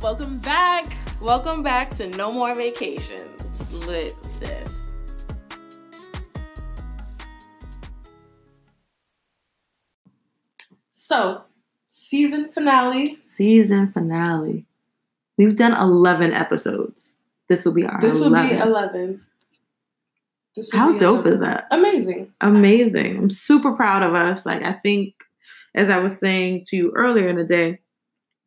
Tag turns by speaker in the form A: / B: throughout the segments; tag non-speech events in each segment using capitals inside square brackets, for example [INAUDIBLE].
A: Welcome back.
B: Welcome back to No More Vacations.
A: Slit,
B: [LAUGHS]
A: sis.
B: So, season finale.
C: Season finale. We've done 11 episodes. This will be our
B: This will
C: 11.
B: be 11. This will
C: How
B: be
C: dope
B: 11.
C: is that?
B: Amazing.
C: Amazing. I'm super proud of us. Like, I think, as I was saying to you earlier in the day,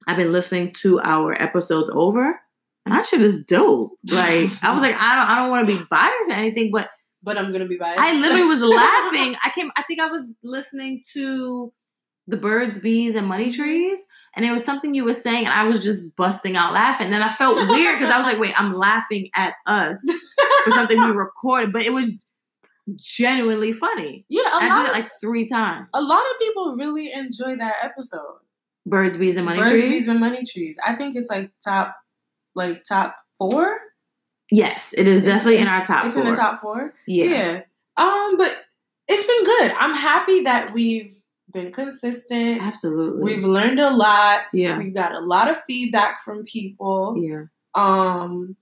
C: I've been listening to our episodes over, and that shit is dope. Like, I was like, I don't, I don't want to be biased or anything, but
B: But I'm going to be biased. [LAUGHS]
C: I literally was laughing. I came. I think I was listening to the birds, bees, and money
B: Mm-hmm.
C: trees, and it was something you were saying, and I was just busting out laughing. And then I felt weird because I was like, "Wait, I'm laughing at us for something we recorded," but it was genuinely funny.
B: yeah, a
C: I
B: lot,
C: did it
B: of,
C: like three times.
B: a lot of people really enjoy that episode.
C: Birds, bees, and money
B: Birds,
C: trees.
B: Bees, and Money Trees. I think it's like top, like top four.
C: Yes, it is
B: It's-
C: definitely in our top
B: it's
C: four.
B: in the top four.
C: yeah.
B: Um, but it's been good. I'm happy that we've been consistent.
C: absolutely.
B: We've learned a lot.
C: yeah,
B: We've got a lot of feedback from people.
C: yeah.
B: Um,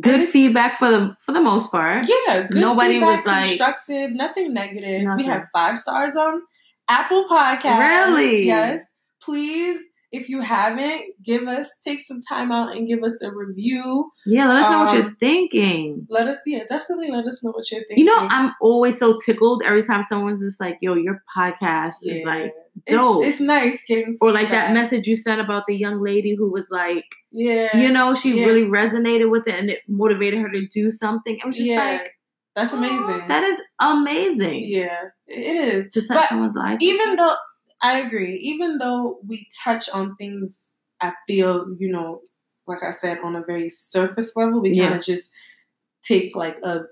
C: Good
B: it's-
C: feedback for the for the most part.
B: yeah, good
C: Nobody was
B: feedback,
C: like-
B: constructive, nothing negative.
C: Nothing.
B: We have five stars on Apple Podcast.
C: Really?
B: Yes. Please, if you haven't, give us take some time out and give us a review.
C: Yeah, let us know what
B: Um,
C: you're thinking.
B: Let us, yeah, definitely let us know what you're thinking.
C: You know, I'm always so tickled every time someone's just like, "Yo, your podcast is
B: Yeah.
C: like
B: It's-
C: dope,"
B: It's, nice getting
C: or like that
B: feedback.
C: message you sent about the young lady who was like,
B: Yeah,
C: you know, she
B: Yeah.
C: really resonated with it and it motivated her to do something. It was just
B: Yeah.
C: like,
B: that's
C: "Aw,
B: amazing.
C: That is amazing.
B: yeah, it is.
C: To touch
B: But
C: someone's life,
B: even though I agree, even though we touch on things, I feel you know, like I said, on a very surface level, we
C: Yeah.
B: kind of just take like a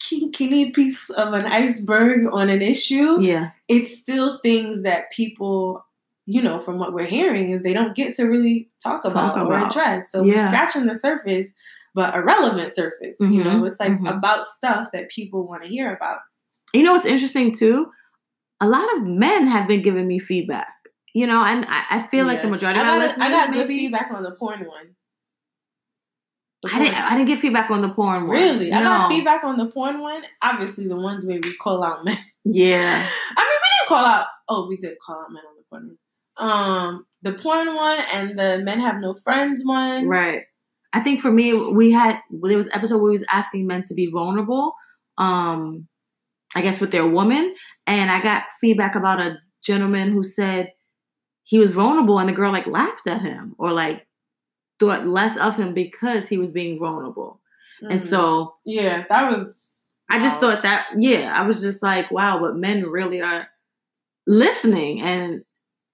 B: kinkiny piece of an iceberg on an issue.
C: yeah,
B: It's still things that people, you know, from what we're hearing, is they don't get to really talk
C: Talk
B: about, or
C: about.
B: address. So we're
C: Yeah.
B: scratching the surface, but a relevant surface. You know, it's like
C: mhm.
B: about stuff that people want to hear about.
C: you know, what's interesting too. A lot of men have been giving me feedback. You know, and I, I feel like the
B: Yeah.
C: majority
B: I
C: of my
B: got, a-
C: listeners
B: I got good
C: maybe-
B: feedback on the porn one. The
C: I didn't.
B: porn-
C: I didn't get feedback on the porn. one.
B: really? I got
C: No.
B: feedback on the porn one. Obviously, the ones where we call out men. [LAUGHS]
C: Yeah.
B: I mean, we didn't call out. Oh, we did call out men on the porn one. Um, the porn one and the men have no friends one.
C: Right. I think for me, we had there was an episode where we was asking men to be vulnerable. Um, I guess with their woman, and I got feedback about a gentleman who said he was vulnerable, and the girl like laughed at him or like thought less of him because he was being vulnerable. And
B: Mm.
C: so
B: yeah, that was.
C: I just
B: wow.
C: thought that yeah, I was just like, wow, but men really are listening and.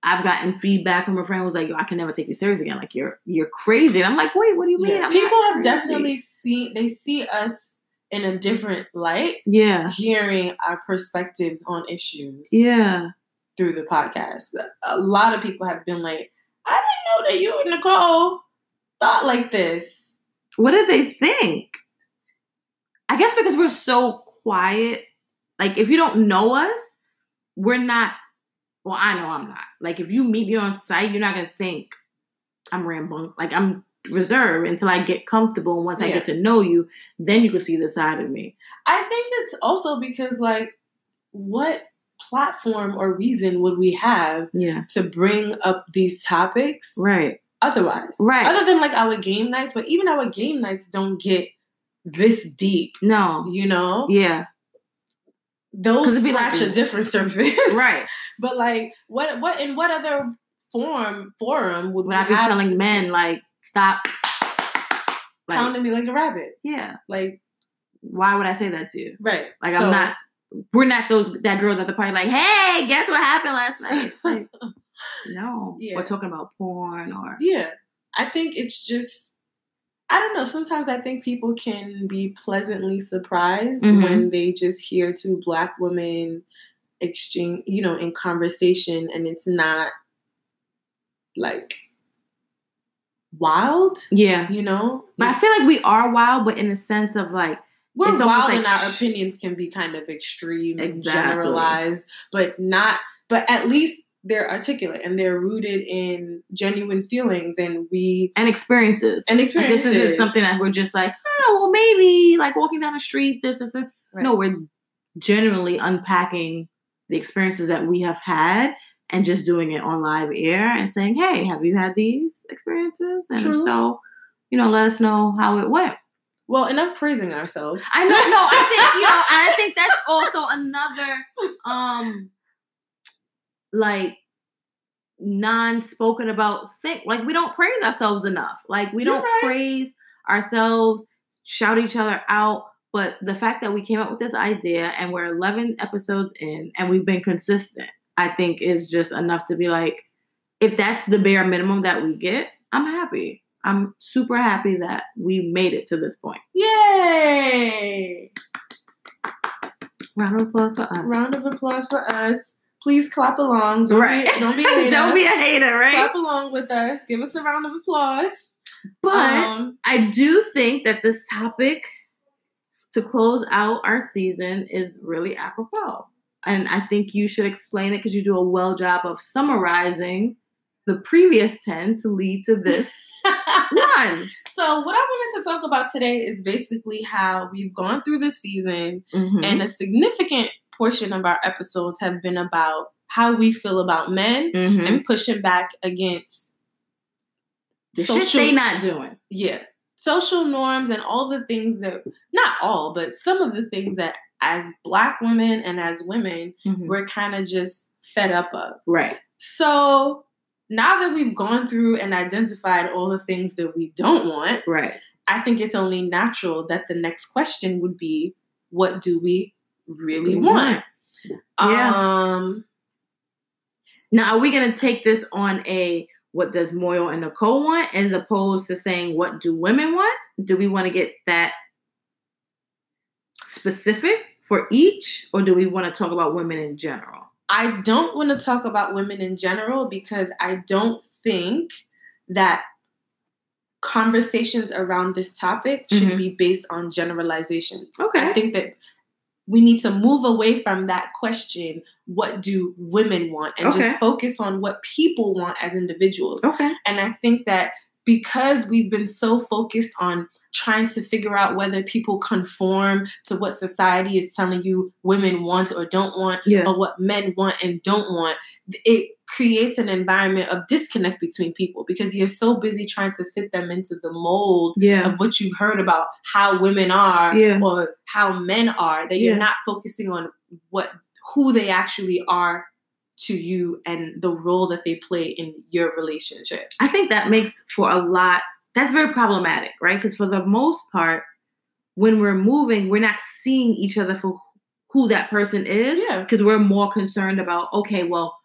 C: I've gotten feedback from a friend who was like, "Yo, I can never take you serious again. Like you're you're crazy." And I'm like, "Wait, what do you mean?"
B: Yeah,
C: I'm
B: people
C: not
B: have
C: crazy."
B: definitely seen. They see us in a different light,
C: Yeah.
B: hearing our perspectives on issues.
C: Yeah.
B: through the podcast. A lot of people have been like, I didn't know that you and Nicole thought like this.
C: What did they think? I guess because we're so quiet. Like, if you don't know us, we're not. Well, I know I'm not. Like, if you meet me on site, you're not going to think I'm rambunk. Like, I'm reserved until I get comfortable. And once I
B: Yeah.
C: get to know you, then you can see the side of me.
B: I think it's also because, like, what platform or reason would we have
C: Yeah.
B: to bring up these topics
C: Right.
B: otherwise?
C: Right.
B: Other than like our game nights, but even our game nights don't get this deep,
C: No.
B: you know?
C: Yeah.
B: Those
C: 'Cause it'd be like-
B: scratch a different surface.
C: Right.
B: [LAUGHS] But like what what in what other form forum would
C: When
B: we
C: I be
B: have
C: telling men, like, stop. Like,
B: pounding me like a rabbit?
C: yeah.
B: Like
C: Why would I say that to you?
B: Right.
C: Like
B: So-
C: I'm not. We're not those that girls at the party. Like, hey, guess what happened last night?
B: [LAUGHS]
C: Like, no,
B: Yeah.
C: we're talking about porn or
B: Yeah. I think it's just I don't know. Sometimes I think people can be pleasantly surprised
C: Mhm.
B: when they just hear two black women exchange, you know, in conversation and it's not like wild,
C: yeah.
B: you know?
C: But I feel like we are wild, but in the sense of like,
B: We're
C: it's almost
B: wild
C: like
B: and our
C: sh-
B: opinions can be kind of extreme and
C: Exactly.
B: generalized, but not but at least they're articulate and they're rooted in genuine feelings and we
C: and experiences.
B: and
C: Like,
B: experiences.
C: this isn't something that we're just like, oh, well, maybe like walking down the street, this, this, this.
B: Right.
C: No, we're genuinely unpacking the experiences that we have had and just doing it on live air and saying, hey, have you had these experiences? And if
B: True.
C: so, you know, let us know how it went.
B: Well, enough praising ourselves.
C: I know, no, I think you know, I think that's also another um like non spoken about thing. Like we don't praise ourselves enough. Like we
B: You're
C: don't
B: right.
C: praise ourselves, shout each other out. But the fact that we came up with this idea and we're eleven episodes in and we've been consistent, I think is just enough to be like, if that's the bare minimum that we get, I'm happy. I'm super happy that we made it to this point.
B: [LAUGHS] Yay!
C: Round of applause for us.
B: Round of applause for us. Please clap along. Don't
C: Right.
B: be don't be, a
C: [LAUGHS]
B: hater.
C: Don't be a hater, right?
B: clap along with us. Give us a round of applause.
C: But
B: Um, [LAUGHS]
C: I do think that this topic to close out our season is really apropos. And I think you should explain it because you do a well job of summarizing the previous 10 to lead to this one.
B: so what I wanted to talk about today is basically how we've gone through this season
C: Mhm.
B: and a significant portion of our episodes have been about how we feel about men
C: Mhm.
B: and pushing back against
C: The shit they not doing.
B: yeah social norms and all the things that not all but some of the things that as black women and as women
C: Mhm.
B: we're kind of just fed up of
C: Right.
B: so now that we've gone through and identified all the things that we don't want
C: Right.
B: i think it's only natural that the next question would be what do we really want
C: Yeah.
B: um
C: Now, are we going to take this on a what does Moyo and Nicole want as opposed to saying what do women want? Do we want to get that specific for each or do we want to talk about women in general?
B: I don't want to talk about women in general because I don't think that conversations around this topic should
C: Mhm.
B: be based on generalizations.
C: Okay.
B: I think that we need to move away from that question what do women want and
C: Okay.
B: just focus on what people want as individuals.
C: Okay.
B: And I think that because we've been so focused on trying to figure out whether people conform to what society is telling you women want or don't want
C: Yeah.
B: or what men want and don't want, it creates an environment of disconnect between people because you're so busy trying to fit them into the mold
C: Yeah.
B: of what you've heard about how women are
C: Yeah.
B: or how men are that you're
C: Yeah.
B: not focusing on what who they actually are to you and the role that they play in your relationship.
C: I think that makes for a lot. That's very problematic, right? Because for the most part, when we're moving, we're not seeing each other for who that person is.
B: Yeah.
C: because we're more concerned about okay well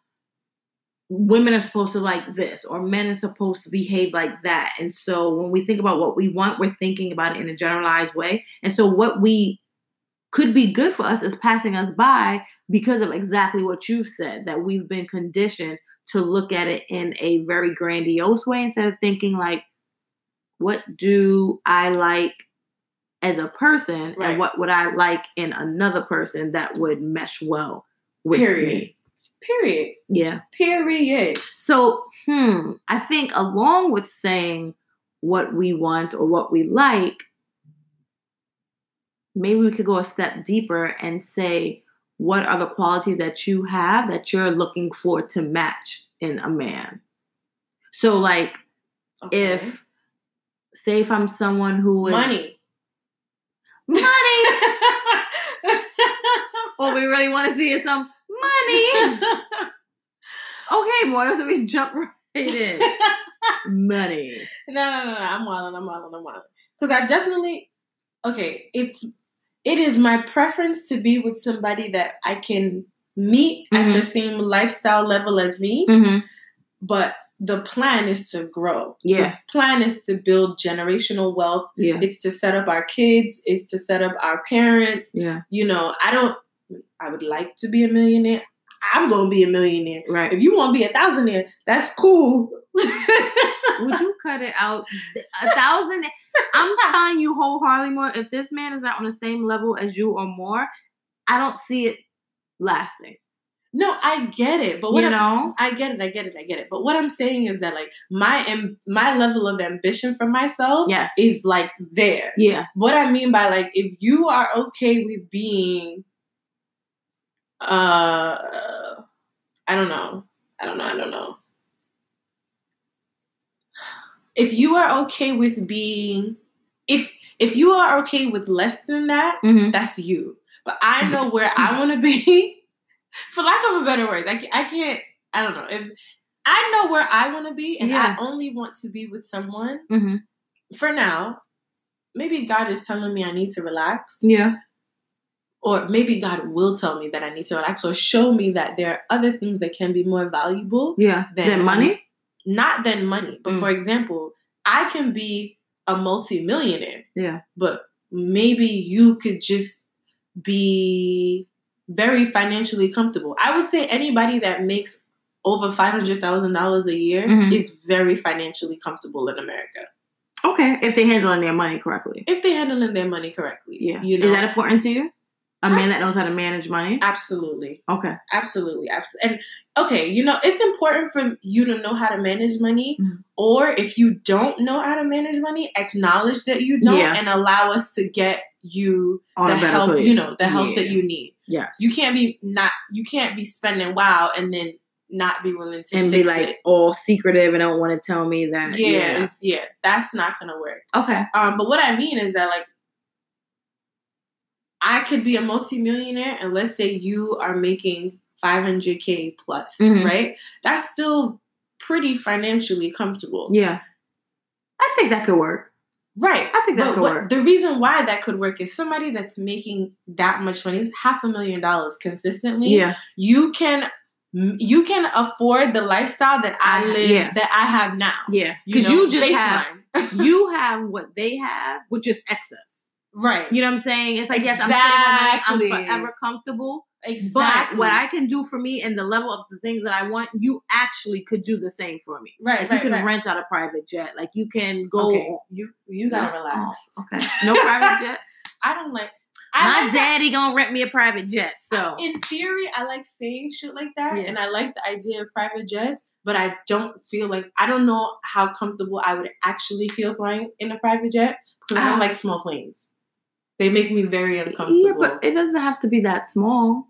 C: women are supposed to like this or men are supposed to behave like that and so when we think about what we want we're thinking about it in a generalized way and so what we could be good for us is passing us by because of exactly what you've said that we've been conditioned to look at it in a very grandiose way instead of thinking like what do i like as a person
B: Right.
C: and what would i like in another person that would mesh well with
B: Period.
C: me
B: Period.
C: yeah
B: Period.
C: so hmm i think along with saying what we want or what we like maybe we could go a step deeper and say what are the qualities that you have that you're looking for to match in a man so like
B: Okay.
C: if say if i'm someone who is
B: money.
C: [LAUGHS] money what we really want to see is some [LAUGHS] money okay more so we jump right in [LAUGHS] money
B: No, no, no, no. I'm wilding. I'm wilding. I'm wilding. Because I definitely, okay, it's it is my preference to be with somebody that I can meet at the same lifestyle level as me.
C: mm-hmm.
B: But the plan is to grow.
C: Yeah.
B: The plan is to build generational wealth.
C: yeah
B: It's to set up our kids. It's to set up our parents.
C: yeah
B: You know, I don't. I would like to be a millionaire. I'm gonna be a millionaire.
C: right
B: If you want to be a thousandaire, that's cool. [LAUGHS]
C: Would you cut it out? A thousand. I'm telling you wholeheartedly, more. If this man is not on the same level as you or more, I don't see it lasting.
B: No, I get it, but what
C: you
B: I'm-
C: know?
B: I get it, I get it, I get it. But what I'm saying is that like my am- my level of ambition for myself
C: Yes.
B: is like there.
C: yeah.
B: What I mean by like if you are okay with being uh I don't know. I don't know, I don't know. If you are okay with being if if you are okay with less than that,
C: Mm-hmm.
B: that's you. But
C: [LAUGHS]
B: I know where I want to be, [LAUGHS] for lack of a better word. I, ca- I can't, I don't know. If I know where I want to be and
C: Yeah.
B: I only want to be with someone
C: Mm-hmm.
B: for now, maybe God is telling me I need to relax.
C: Yeah.
B: Or maybe God will tell me that I need to relax or show me that there are other things that can be more valuable,
C: Yeah.
B: Then-
C: that money?
B: not than money. But
C: Mm.
B: for example, I can be a multimillionaire.
C: Yeah.
B: But maybe you could just be very financially comfortable. I would say anybody that makes over five hundred thousand dollars a year
C: Mhm.
B: is very financially comfortable in America
C: Okay. If they're handling their money correctly.
B: if they're handling their money correctly.
C: Yeah.
B: you know,
C: Is that important to you? A man
B: Abs-
C: that knows how to manage money?
B: absolutely,
C: Okay.
B: absolutely, abs- and okay. You know, it's important for you to know how to manage money,
C: Mhm.
B: or if you don't know how to manage money, acknowledge that you don't
C: Yeah.
B: and allow us to get you
C: On
B: the
C: a better
B: help.
C: place.
B: You know, the help
C: Yeah.
B: that you need.
C: Yes.
B: You can't be not you can't be spending wow and then not be willing to
C: and be
B: fix
C: like
B: it.
C: all secretive and don't want to tell me that.
B: Yeah, it's- yeah, that's not gonna work.
C: Okay.
B: Um, but what I mean is that like I could be a multimillionaire and let's say you are making 500k plus,
C: Mhm.
B: right? That's still pretty financially comfortable.
C: Yeah. I think that could work.
B: Right.
C: I think that
B: But
C: could
B: what,
C: work.
B: the reason why that could work is somebody that's making that much money, half a million dollars consistently.
C: Yeah.
B: you can you can afford the lifestyle that I
C: I-
B: live
C: Ah, yeah.
B: that I have now.
C: Yeah. Because
B: know,
C: you, just have
B: baseline. [LAUGHS]
C: you have what they have with just excess.
B: right.
C: You know what I'm saying? It's like yes, I'm sitting on my-
B: Exactly.
C: I'm forever comfortable.
B: exactly.
C: But what I can do for me and the level of the things that I want, you actually could do the same for me.
B: right
C: Like
B: right
C: you can
B: right.
C: rent out a private jet. Like you can go.
B: okay, you you gotta relax.
C: Oh, okay. No [LAUGHS] private jet.
B: I don't like.
C: My
B: I like
C: daddy gonna rent me a private jet. So
B: in theory, I like saying shit like that,
C: Yeah.
B: and I like the idea of private jets. But I don't feel like I don't know how comfortable I would actually feel flying in a private jet because I
C: Ah.
B: don't like small planes. They make me very uncomfortable.
C: yeah, but it doesn't have to be that small.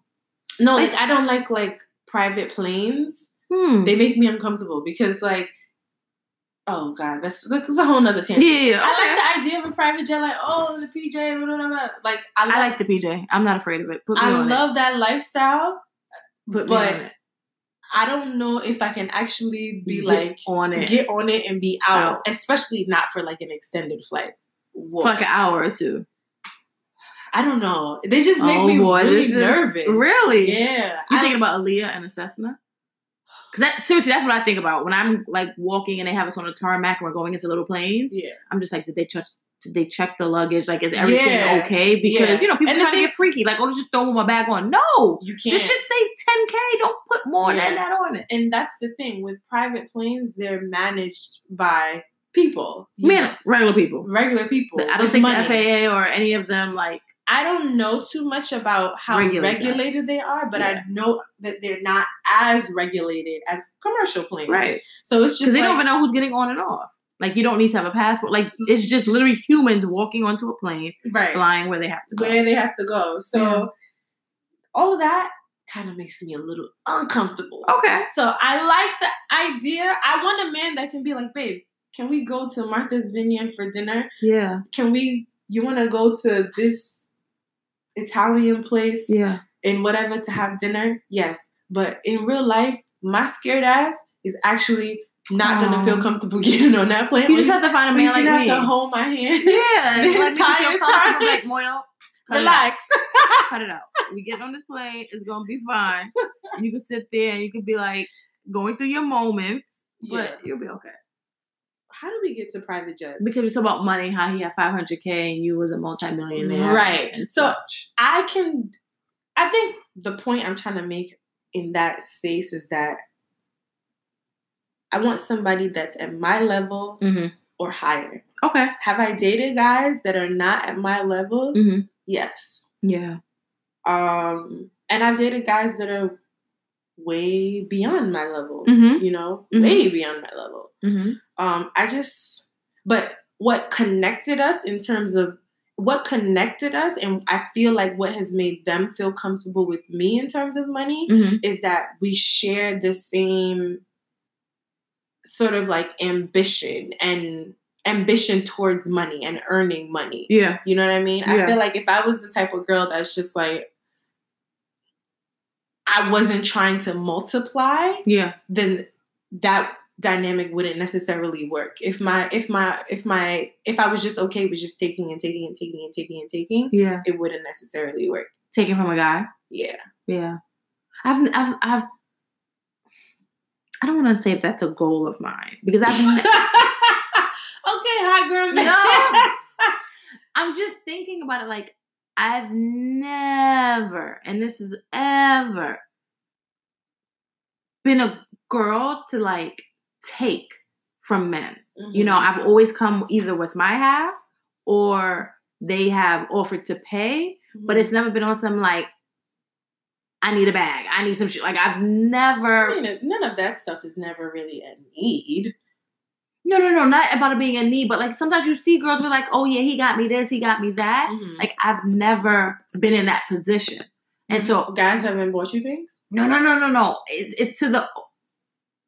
B: No, like I don't like like private planes.
C: Hmm.
B: They make me uncomfortable because like, oh god, that's that's a whole nother
C: yeah,
B: tangent.
C: yeah, yeah. Okay.
B: I like the idea of a private jet, like oh in the PJ, blah, blah, blah. like I like
C: I
B: I,
C: like the PJ. I'm not afraid of it. Put me on
B: love that lifestyle.
C: it. Put me
B: but
C: on it.
B: I don't know if I can actually be
C: Get
B: like
C: on it.
B: get on it and be out,
C: Out.
B: especially not for like an extended flight. Whoa.
C: for like an hour or two.
B: I don't know. They just make
C: Oh,
B: me
C: boy,
B: really
C: this is-
B: nervous.
C: Really?
B: Yeah.
C: You
B: I-
C: thinking about Aaliyah and Assessna? Because that seriously, that's what I think about when I'm like walking and they have us on a tarmac and we're going into little planes.
B: yeah.
C: I'm just like, did they check? Did they check the luggage? Like, is everything
B: Yeah.
C: okay? Because
B: Yeah.
C: you know people
B: And the
C: trying to
B: thing-
C: get freaky. Like, oh, just throw my bag on. No,
B: You can't.
C: this should say 10k. Don't put more
B: Yeah.
C: than that on it.
B: and that's the thing with private planes they're managed by people you
C: Man, regular people.
B: know, regular people
C: But I
B: with
C: don't think
B: money.
C: the FAA or any of them like
B: i don't know too much about how
C: Regulate that.
B: regulated they are but
C: Yeah.
B: i know that they're not as regulated as commercial planes
C: right
B: so it's
C: because
B: just
C: they don't
B: like-
C: even know who's getting on and off. Like you don't need to have a passport. Like it's just literally humans walking onto a plane,
B: right
C: flying where they have to go.
B: where they have to go so
C: Yeah.
B: all of that kind of makes me a little uncomfortable
C: Okay.
B: so i like the idea i want a man that can be like babe can we go to martha's vineyard for dinner
C: Yeah.
B: can we you want to go to this italian place
C: Yeah.
B: and whatever to have dinner yes but in real life my scared ass is actually not
C: Aw.
B: gonna feel comfortable [LAUGHS] getting on that plane
C: You just have to find a
B: He's
C: man
B: gonna
C: like
B: have
C: me.
B: to hold my [LAUGHS] hand
C: [LAUGHS] yeah. [LAUGHS]
B: the
C: it's like, make you feel
B: entire
C: comfortable,
B: time.
C: Like, [LAUGHS] Moyle, cut it out.
B: relax
C: Cut it out. We get on this plane. It's gonna be fine. and you can sit there and you can be like going through your moments,
B: yeah.
C: but you'll be okay.
B: how do we get to private jets
C: Because we talk about money, how he had 500k and you was a multimillionaire,
B: Right.
C: and
B: So-
C: such.
B: i can i think the point i'm trying to make in that space is that i want somebody that's at my level
C: Mhm.
B: or higher
C: Okay.
B: Have I dated guys that are not at my level?
C: Mhm.
B: Yes.
C: Yeah.
B: Um, and I've dated guys that are way beyond my level.
C: Mhm.
B: You know,
C: Mhm.
B: way beyond my level.
C: Mm-hmm.
B: um i just but what connected us in terms of what connected us and i feel like what has made them feel comfortable with me in terms of money
C: Mm-hmm.
B: is that we share the same sort of like ambition and ambition towards money and earning money
C: Yeah.
B: you know what I mean? I
C: Yeah.
B: feel like if I was the type of girl that's just like, I wasn't trying to multiply,
C: Yeah.
B: then that dynamic wouldn't necessarily work. If my if my if my if I was just okay with just taking and taking and taking and taking and taking,
C: Yeah.
B: it wouldn't necessarily work.
C: Taken from a guy.
B: Yeah.
C: Yeah. I've I've I've I don't want to say if that's a goal of mine because
B: okay,
C: I've
B: [LAUGHS] hot girl.
C: No. I'm just thinking about it like I've never and this is ever been a girl to like take from men. [LAUGHS] You know, I've always come either with my half or they have offered to pay
B: Mm-hmm.
C: but it's never been on some like I need a bag, I need some shit. Like I've
B: I
C: never
B: mean, none of that stuff is never really a need.
C: no no no not about it being a need, but like sometimes you see girls be like, oh yeah, he got me this, he got me that. Like I've never been in that position, and so
B: guys haven't bought you things.
C: no no no no no, it, it's to the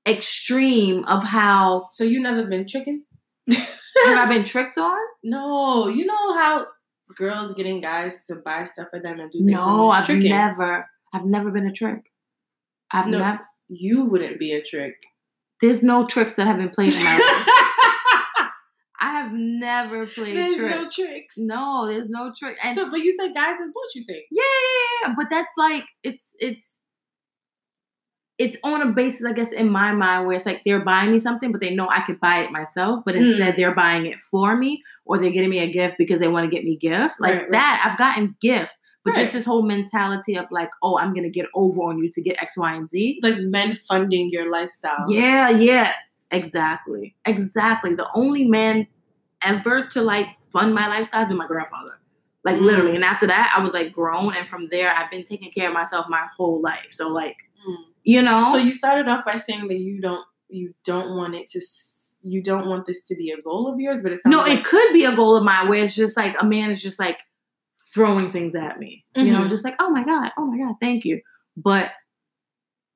C: extreme of how
B: So you never been tricking?
C: have I
B: [LAUGHS]
C: been tricked on?
B: No, you know how girls getting guys to buy stuff for them and do things. and
C: No,
B: it's
C: I've
B: tricking.
C: never, I've never been a trick. I've
B: No.
C: never.
B: You wouldn't be a
C: [LAUGHS]
B: trick.
C: There's no tricks that have been
B: [LAUGHS]
C: played in my life.
B: There's
C: I have never played tricks.
B: no tricks.
C: No, there's no trick. And
B: so, but you said guys have bought you things.
C: yeah, yeah, yeah, yeah, but that's like it's it's it's on a basis, I guess, in my mind where it's like they're buying me something, but they know I could buy it myself. But
B: Mm.
C: instead, they're buying it for me, or they're getting me a gift because they want to get me gifts like
B: Right, right.
C: that. I've gotten gifts, but
B: Right.
C: just this whole mentality of like, oh, I'm gonna get over on you to get X, Y, and Z.
B: Like men funding your lifestyle.
C: Yeah, yeah, exactly, exactly. The only man ever to like fund my lifestyle has been my grandfather, like
B: Mm.
C: literally. And after that, I was like grown, and from there, I've been taking care of myself my whole life. So like,
B: Mm.
C: you know,
B: So you started off by saying that you don't you don't want it to s- you don't want this to be a goal of yours, but it sounds
C: no,
B: like
C: it could be a goal of mine where it's just like a man is just like throwing things at me, you know,
B: Mhm.
C: just like oh my god, oh my god, thank you, but.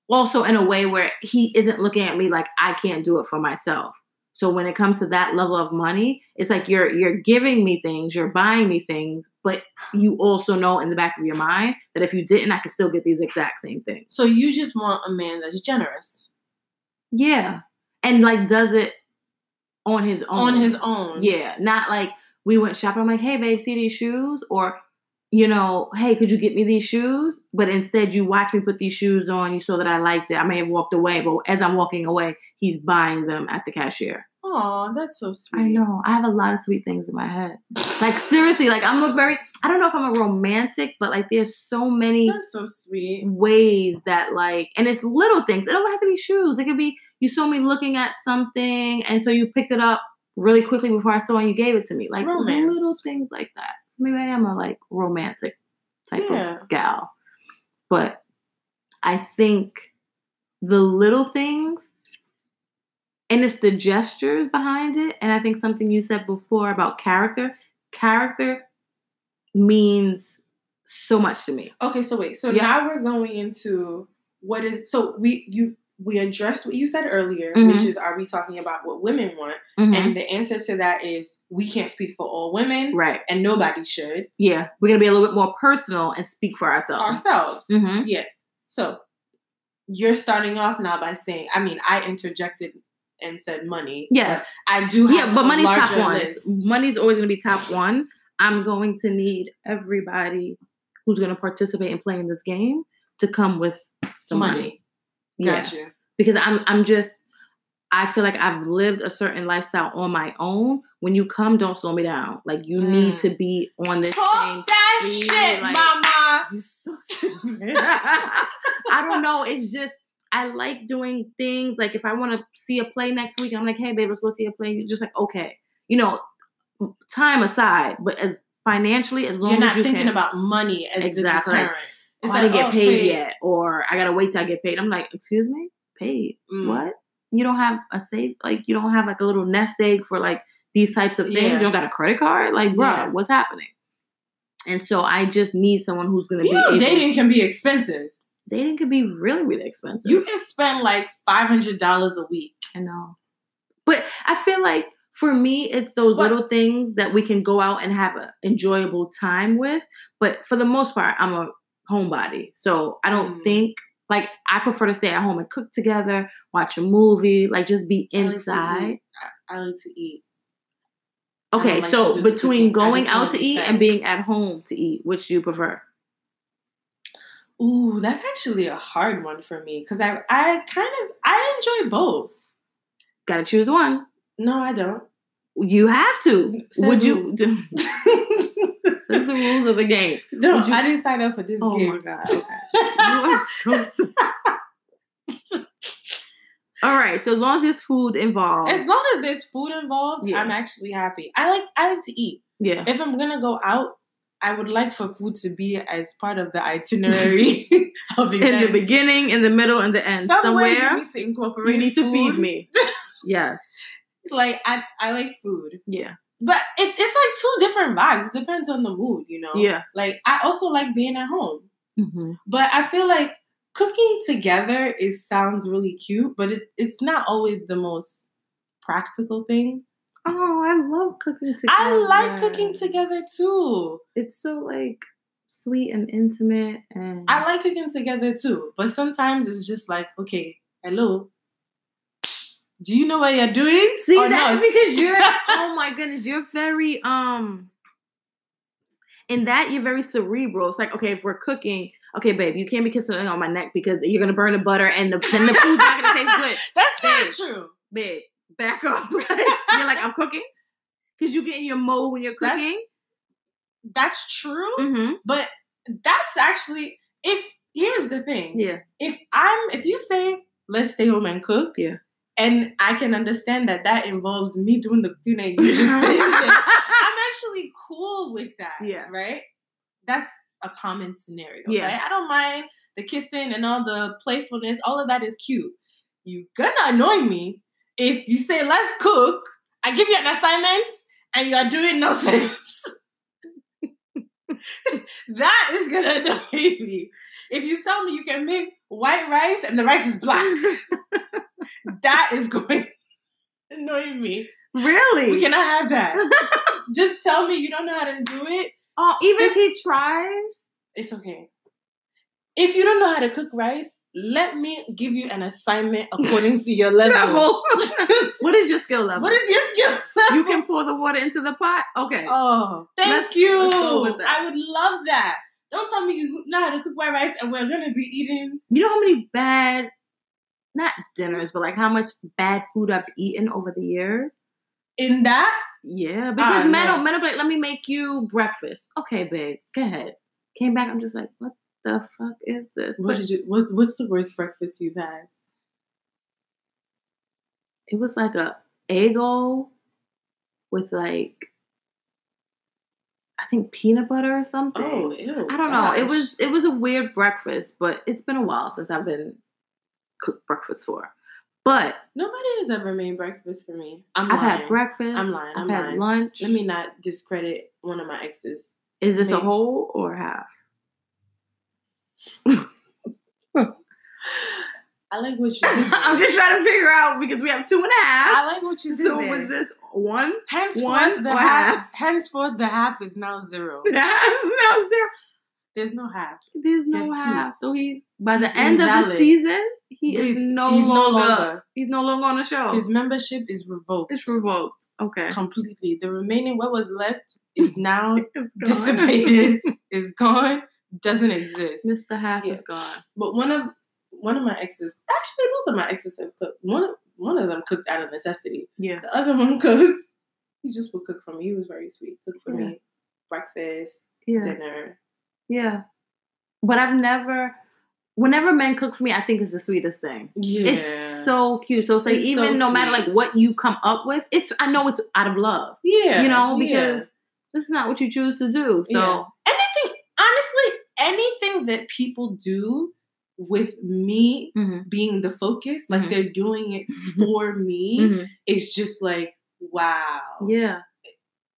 C: Also, in a way where he isn't looking at me like I can't do it for myself. So when it comes to that level of money, it's like you're you're giving me things, you're buying me things, but you also know in the back of your mind that if you didn't, I could still get these exact same things.
B: so you just want a man that's generous
C: Yeah. And like does it on his own.
B: on his own.
C: Oh. Yeah. Not like we went shopping, I'm like, hey babe, see these shoes? Or, you know, hey, could you get me these shoes? But instead you watch me put these shoes on, you saw that I liked it. I may have walked away, but as I'm walking away, he's buying them at the cashier.
B: Oh, that's so sweet.
C: I know. I have a lot of sweet things in my [LAUGHS] head. Like seriously, like I'm a very I don't know if I'm a romantic, but like there's so many
B: That's so sweet.
C: ways that like and it's little things. It don't have to be shoes. It could be you saw me looking at something and so you picked it up really quickly before I saw and you gave it to me. Like
B: romance.
C: little things like that. So maybe I am a like romantic type
B: Yeah.
C: of gal. But I think the little things and it's the gestures behind it. And I think something you said before about character, character means so much to me.
B: Okay, so wait. So
C: Yeah.
B: now we're going into what is so we you we addressed what you said earlier,
C: Mhm.
B: which is are we talking about what women want?
C: Mhm.
B: And the answer to that is we can't speak for all women
C: right.
B: and nobody should
C: Yeah. We're going to be a little bit more personal and speak for ourselves.
B: ourselves.
C: hmm
B: So you're starting off now by saying, I mean, I interjected and said money.
C: Yes.
B: but I do have
C: Yeah. But
B: a
C: money's
B: larger
C: top one.
B: list.
C: Money's always going to be top one. I'm going to need everybody who's going to participate in playing this game to come with some money.
B: Money.
C: Yeah.
B: Got you.
C: because I'm I'm just I feel like I've lived a certain lifestyle on my own. When you come, don't slow me down. Like you need
B: Mm.
C: to be on this same.
B: Talk that
C: thing,
B: shit,
C: like-
B: mama.
C: You so [LAUGHS] stupid. I don't know. It's just I like doing things. Like if I want to see a play next week, I'm like, hey babe, let's go see a play. You're just like, okay, you know, time aside. But as financially as long
B: You're
C: as
B: not
C: you
B: thinking
C: can.
B: about money as the
C: exactly.
B: deterrent.
C: I
B: It's
C: didn't get
B: oh,
C: paid
B: wait.
C: yet, or I gotta wait till I get paid. I'm like, excuse me, paid?
B: Mm.
C: What? You don't have a safe? Like you don't have like a little nest egg for like these types of things?
B: Yeah.
C: You don't got a credit card? Like, bruh,
B: Yeah.
C: what's happening? And so I just need someone who's gonna
B: You
C: be
B: know,
C: able-
B: dating can be expensive.
C: Dating could be really really expensive.
B: You can spend like five hundred dollars a week.
C: I know. But I feel like for me, it's those
B: But-
C: little things that we can go out and have an enjoyable time with. But for the most part, I'm a homebody. So I don't
B: Mm.
C: think, like, I prefer to stay at home and cook together, watch a movie, like, just be
B: I like to
C: inside.
B: eat. I, I like to eat. I
C: Okay,
B: don't like
C: so
B: to do the
C: between
B: cooking. I
C: going
B: just
C: out
B: wanna
C: to
B: be
C: eat
B: fed.
C: and being at home to eat, which do you prefer?
B: Ooh, that's actually a hard one for me because I I kind of I enjoy both.
C: Gotta choose one.
B: No, I
C: [LAUGHS]
B: don't.
C: You have to.
B: Says
C: Would
B: who?
C: you? [LAUGHS]
B: [LAUGHS]
C: That's the rules of the game.
B: no,
C: Would you-
B: I didn't sign up for this
C: Oh my
B: game.
C: god. Okay. You are [LAUGHS] so sad. All right. So as long as there's food involved,
B: [LAUGHS] as long as there's food involved,
C: Yeah.
B: I'm actually happy. I like I like to eat.
C: yeah.
B: If I'm gonna go out, I would like for food to be as part of the itinerary of
C: [LAUGHS] In
B: events.
C: the beginning, in the middle, and the end,
B: Somewhere
C: somewhere
B: you need to incorporate.
C: you need to feed
B: food.
C: me. [LAUGHS] yes.
B: Like I, I like food,
C: Yeah.
B: but it, it's like two different vibes. It depends on the mood, you know.
C: Yeah.
B: Like I also like being at home.
C: hmm
B: But I feel like cooking together is sounds really cute, but it, it's not always the most practical thing.
C: Oh, I love cooking together.
B: I like cooking together too.
C: It's so like sweet and intimate, and
B: I like cooking together too, but sometimes it's just like, okay, hello. Do you know what you're doing?
C: See,
B: or
C: that's
B: not?
C: because you're. oh my goodness, you're very um. In that, you're very cerebral. It's like, okay, if we're cooking, okay, babe, you can't be kissing anything on my neck because you're gonna burn the butter and the then the food's not gonna
B: [LAUGHS]
C: taste good,
B: [LAUGHS] That's not
C: Babe. [LAUGHS]
B: true.
C: babe. Back up. [LAUGHS] you're like, I'm cooking because you get in your mode when you're
B: That's-
C: cooking.
B: That's true,
C: Mm-hmm.
B: but that's actually if here's the thing.
C: Yeah,
B: if I'm if you say let's stay home and cook,
C: Yeah.
B: and I can understand that that involves me doing the cooking and [LAUGHS] you just [LAUGHS] staying there. I'm actually cool with that.
C: Yeah.
B: right. That's a common scenario.
C: Yeah.
B: right? I don't mind the kissing and all the playfulness. All of that is cute. You gonna annoy me if you say let's cook. I give you an assignment and you are doing [LAUGHS] nothing. that is gonna annoy me. If you tell me you can make white rice and the rice is
C: [LAUGHS]
B: black, that is going to annoy me.
C: [LAUGHS] really. [LAUGHS]
B: We cannot have that. Just tell me you don't know how to do it.
C: oh, even if he tries,
B: It's okay. If you don't know how to cook rice, let me give you an assignment according to
C: [LAUGHS]
B: your level.
C: level. what is your skill
B: [LAUGHS]
C: level?
B: What is your skill?
C: you can pour the water into the pot. Okay.
B: Oh, thank
C: Let's-
B: you.
C: let's go with that.
B: I would love that. Don't tell me you know how to cook white rice and we're gonna be eating.
C: You know how many bad, not dinners, but like how much bad food I've eaten over the years?
B: In that,
C: Yeah, because men
B: no.
C: don't, men are like, let me make you breakfast. Okay, babe, go ahead. Came back, I'm just like, what the fuck is this?
B: what
C: But
B: did you? What's what's the worst breakfast you've had?
C: it was like a Eggo with like, I think peanut butter or something.
B: ew,
C: I don't know. It was it was a weird breakfast, but it's been a while since I've been cooked breakfast for. But
B: nobody has ever made breakfast for me. I'm
C: I've
B: lying.
C: had breakfast.
B: I'm lying,
C: I've
B: I'm
C: had
B: lying.
C: lunch.
B: Let me not discredit one of my exes.
C: Is this a
B: Maybe.
C: whole or half?
B: I like
C: [LAUGHS]
B: what you. did
C: [LAUGHS] I'm
B: there.
C: just trying to figure out because we have two and a half.
B: I like what you did
C: So
B: there.
C: was this one?
B: henceforth
C: one
B: the
C: or
B: half,
C: half?
B: Henceforth, the half is now
C: [LAUGHS]
B: zero.
C: no, zero.
B: There's no half.
C: There's no
B: There's two.
C: half. So he's by the
B: He's
C: end of the
B: invalid.
C: season, he is
B: He's-
C: no
B: he's no
C: longer.
B: longer.
C: He's no longer on the show.
B: His membership is revoked.
C: it's revoked. Okay.
B: completely. The remaining what was left is now
C: [LAUGHS] It's gone. [LAUGHS]
B: dissipated, is gone, doesn't exist.
C: Mr. Half is
B: Yeah.
C: gone.
B: But one of one of my exes, actually both of my exes have cooked. One of one of them cooked out of necessity.
C: Yeah.
B: The other one [LAUGHS] cooked. He just would cook for me. He was very sweet. Cooked for
C: Yeah.
B: me breakfast,
C: Yeah.
B: dinner.
C: Yeah. But I've never. Whenever men cook for me, I think it's the sweetest thing.
B: Yeah.
C: It's so cute. So it's like
B: It's so
C: even no matter
B: sweet.
C: like what you come up with, it's I know it's out of love.
B: yeah,
C: you know,
B: yeah.
C: because That's not what you choose to do. So
B: Yeah. Anything, honestly, anything that people do with me
C: mhm,
B: being the focus, like
C: Mhm.
B: they're doing it for me,
C: mhm.
B: it's just like, wow.
C: yeah,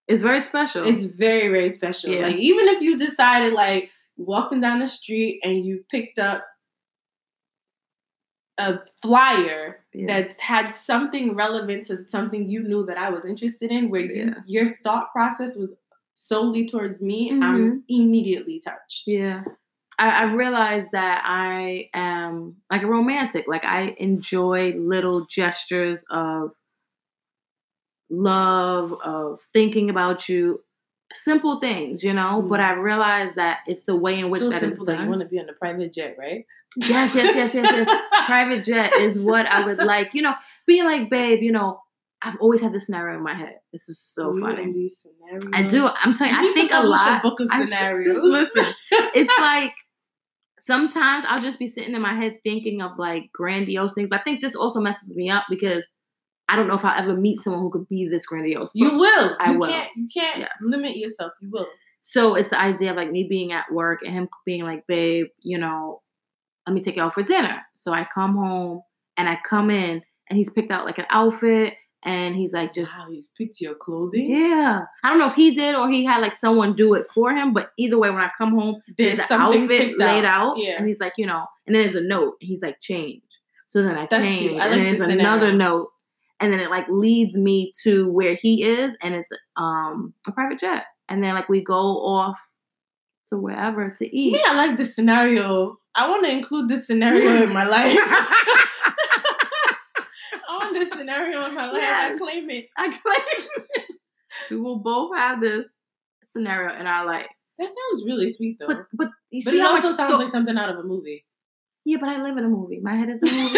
C: it's very special.
B: It's very, very special.
C: Yeah.
B: Like even if you decided like walking down the street and you picked up a flyer
C: Yeah.
B: that had something relevant to something you knew that I was interested in, where you,
C: Yeah.
B: your thought process was solely towards me, I'm immediately touched.
C: Mm-hmm. Yeah. I, I realized that I am like a romantic. Like I enjoy little gestures of love, of thinking about you, simple things, you know. But I realized that it's the way in which
B: so
C: Mm-hmm. that is
B: simple that you
C: done.
B: want to be on a private jet, right?
C: yes, yes, [LAUGHS] yes, yes, yes. Private jet is what I would like. You know, being like, babe, you know, I've always had this scenario in my head. This is so
B: You
C: funny.
B: and these scenarios.
C: I do. I'm
B: You
C: telling Mm-hmm. you,
B: need
C: I
B: to
C: think a
B: publish
C: lot.
B: book of
C: I should- [LAUGHS]
B: scenarios.
C: listen, it's like sometimes I'll just be sitting in my head thinking of like grandiose things. But I think this also messes me up because I don't know if I'll ever meet someone who could be this grandiose.
B: you will.
C: I
B: you
C: will.
B: can't. You can't
C: Yes.
B: limit yourself. You will.
C: So it's the idea of like me being at work and him being like, babe, you know, let me take you out for dinner. So I come home and I come in and he's picked out like an outfit and he's like, just
B: wow, he's picked your clothing.
C: yeah. I don't know if he did or he had like someone do it for him, but either way, when I come home,
B: There's
C: there's an
B: something
C: outfit
B: picked
C: laid
B: out.
C: out,
B: Yeah.
C: and he's like, you know, and then there's a note. and He's like, change. So then I
B: That's cute.
C: change,
B: I like
C: and then there's
B: this scenario.
C: another note, and then it like leads me to where he is, and it's um a private jet, and then like we go off to wherever to eat. [LAUGHS]
B: Yeah, I like this scenario. I want to include this scenario in my life.
C: [LAUGHS]
B: I want this scenario in my life. I
C: Yes.
B: claim it.
C: I claim it. we will both have this scenario in our life,
B: That sounds really sweet though.
C: but
B: But,
C: but you see
B: it
C: how
B: also
C: much
B: sounds
C: thought-
B: like something out of a movie.
C: yeah, but I live in a movie. My head is a
B: [LAUGHS]
C: movie.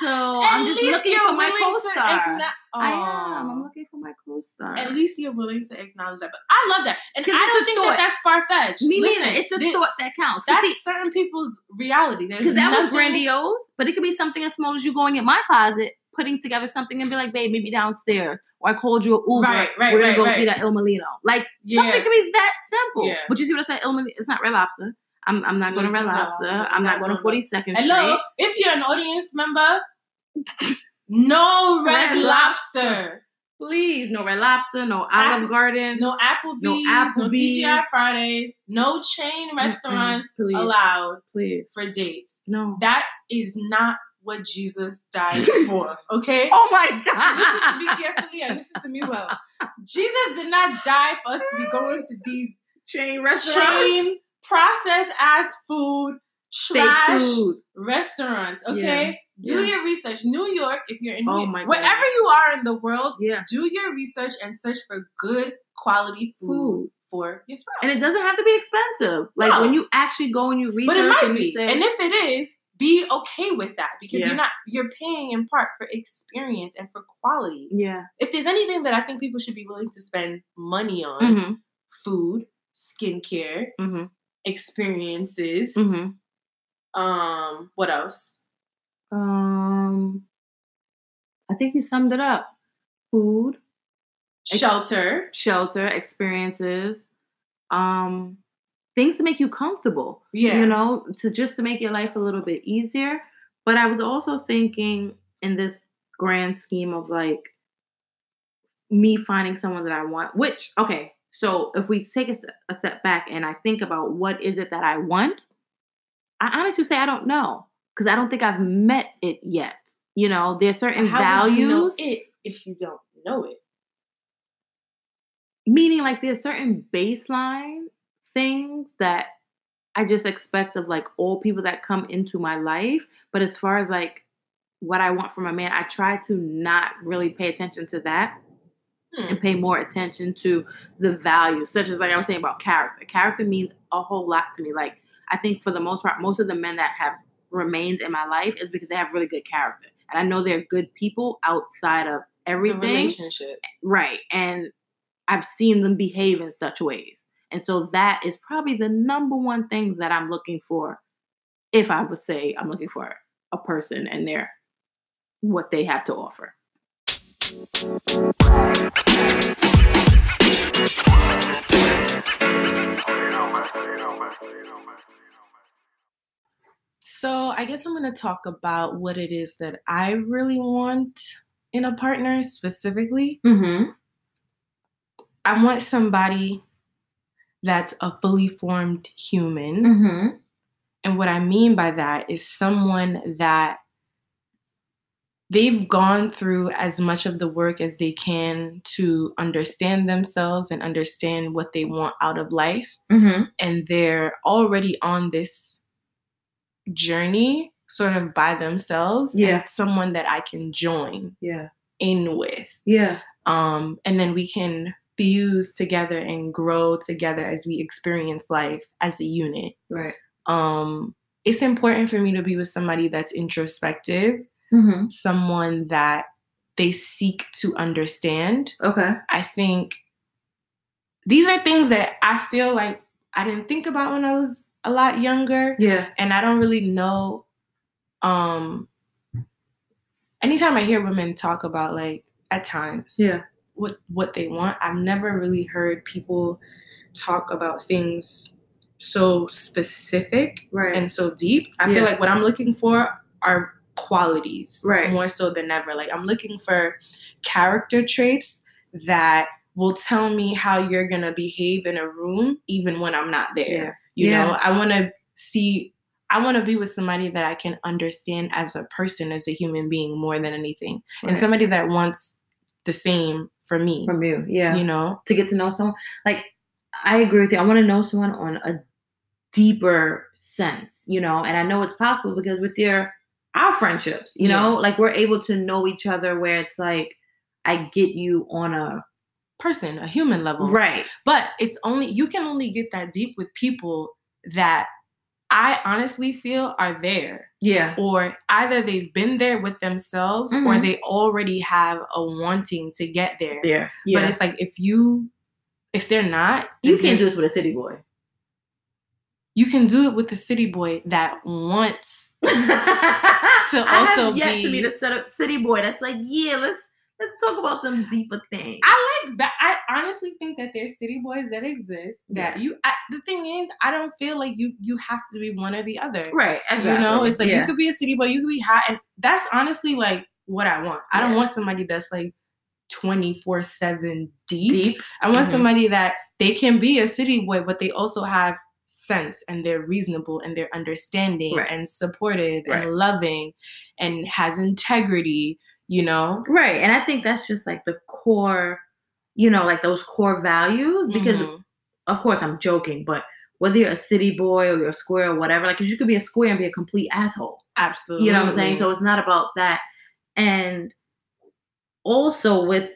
C: So Oh, I'm
B: At
C: just
B: least
C: looking
B: you're
C: for my
B: willing to
C: co-star.
B: acknow-
C: I am.
B: Aw.
C: I'm looking for my co-star.
B: At least you're willing to acknowledge that. But I love that, and I
C: 'Cause it's
B: don't
C: the
B: think
C: thought.
B: that that's far fetched.
C: Me neither. It's the
B: thi-
C: thought that counts.
B: That's
C: Because
B: certain people's reality. Because
C: that was grandiose, but it could be something as small as you going in my closet, putting together something and be like, babe, meet me downstairs. Or I called you an Uber.
B: Right, right,
C: We're gonna
B: right,
C: go
B: right.
C: eat at Il Molino. Like,
B: Yeah.
C: something could be that simple.
B: Yeah.
C: But you see what I said? Il Molino, it's not Red Lobster. I'm, I'm not
B: No,
C: going to
B: it's
C: Red
B: not Red
C: Lobster.
B: Lobster.
C: I'm not
B: Not
C: going to
B: Red Lobster.
C: 42nd
B: Hello,
C: Street.
B: if you're an audience member, no red,
C: Red
B: lobster.
C: Please, no Red Lobster, no
B: Apple-
C: Olive Garden.
B: no Applebee's, no,
C: Applebee's.
B: TGI Fridays, no chain restaurants
C: please.
B: allowed
C: Please.
B: for dates.
C: [LAUGHS] No.
B: That is not what Jesus
C: [LAUGHS]
B: died for. Okay.
C: Oh my
B: Listen to me carefully and listen to me well. Jesus did not die for us to be going to these
C: Chain
B: chain processed ass food, trash,
C: food.
B: restaurants. Okay, do
C: yeah.
B: your research. New York, if you're in New
C: Oh
B: York-
C: my God.
B: wherever you are in the world,
C: Yeah.
B: do your research and search for good quality food,
C: Food.
B: for your spouse.
C: And it doesn't have to be expensive. Like
B: No.
C: when you actually go and you research
B: but it might
C: and you
B: be,
C: say,
B: and if it is, be okay with that because
C: Yeah.
B: you're not you're paying in part for experience and for quality.
C: yeah,
B: If there's anything that I think people should be willing to spend money on,
C: hmm
B: food, skincare,
C: hmm
B: experiences,
C: hmm
B: um, what else?
C: um, I think you summed it up: food, Ex-
B: Shelter.
C: shelter, experiences, um, things to make you comfortable.
B: Yeah.
C: you know, to just to make your life a little bit easier. But I was also thinking in this grand scheme of like me finding someone that I want, which okay, so if we take a, step a step back and I think about what is it that I want, I honestly say I don't know because I don't think I've met it yet. You know, there's certain
B: How would
C: values,
B: you know it if you don't know it.
C: meaning like there's certain baseline things that I just expect of like all people that come into my life. But as far as like what I want from a man, I try to not really pay attention to that
B: Hmm.
C: and pay more attention to the values, such as like I was saying about character. Character means a whole lot to me. Like I think for the most part, most of the men that have remained in my life is because they have really good character. And I know they're good people outside of
B: The
C: everything.
B: relationship.
C: Right. And I've seen them behave in such ways. And so that is probably the number one thing that I'm looking for if I would say I'm looking for a person and their what they have to offer.
B: guess I'm going to talk about what it is that I really want in a partner specifically.
C: Mm-hmm.
B: I want somebody that's a fully formed human.
C: Mm-hmm.
B: And what I mean by that is someone that they've gone through as much of the work as they can to understand themselves and understand what they want out of life.
C: Mm-hmm.
B: And they're already on this journey sort of by themselves. and
C: Yeah.
B: someone that I can join
C: Yeah.
B: in with.
C: Yeah.
B: Um, and then we can fuse together and grow together as we experience life as a unit
C: Right.
B: um, it's important for me to be with somebody that's introspective,
C: Mm-hmm.
B: someone that they seek to understand.
C: Okay.
B: I think these are things that I feel like I didn't think about when I was a lot younger,
C: Yeah.
B: and I don't really know. Um, anytime I hear women talk about like at times,
C: Yeah.
B: what what they want. I've never really heard people talk about things so specific
C: Right.
B: and so deep. I
C: Yeah.
B: feel like what I'm looking for are qualities
C: Right.
B: more so than ever. Like I'm looking for character traits that will tell me how you're going to behave in a room even when I'm not there.
C: Yeah.
B: You
C: Yeah.
B: know, I want to see I want to be with somebody that I can understand as a person, as a human being more than anything. And
C: Right.
B: somebody that wants the same for me,
C: From you. Yeah.
B: you know?
C: to get to know someone. Like, I agree with you. I want to know someone on a deeper sense, you know, and I know it's possible because with your our friendships, you know, like we're able to know each other where it's like I get you on a
B: Person, a human level.
C: right.
B: But it's only you can only get that deep with people that I honestly feel are there.
C: Yeah.
B: Or either they've been there with themselves or
C: Mhm.
B: they already have a wanting to get there.
C: Yeah.
B: But it's like if you if they're not,
C: you
B: then
C: can't do
B: there's-
C: this with a city
B: [LAUGHS]
C: boy.
B: you can do it with the city boy that wants
C: to
B: also
C: yet to
B: be-
C: meet a set up city boy that's like, yeah, let's let's talk about them deeper things.
B: I like that. I honestly think that there's city boys that exist that
C: Yeah.
B: you. I, the thing is, I don't feel like you you have to be one or the other.
C: right. Exactly.
B: You know, it's like
C: Yeah.
B: you could be a city boy, you could be hot, and that's honestly like what I want. I don't
C: Yeah.
B: want somebody that's like twenty four seven deep.
C: deep.
B: I want
C: Mhm.
B: somebody that they can be a city boy, but they also have sense and they're reasonable and they're understanding
C: Right.
B: and supportive
C: Right.
B: and loving and has integrity. You know,
C: Right. And I think that's just like the core, you know, like those core values. Because,
A: Mm-hmm.
B: Mhm.
C: of course, I'm joking, but whether you're a city boy or you're a square or whatever, like, 'cause you could be a square and be a complete asshole.
B: absolutely,
C: You know what I'm saying? So it's not about that. And also with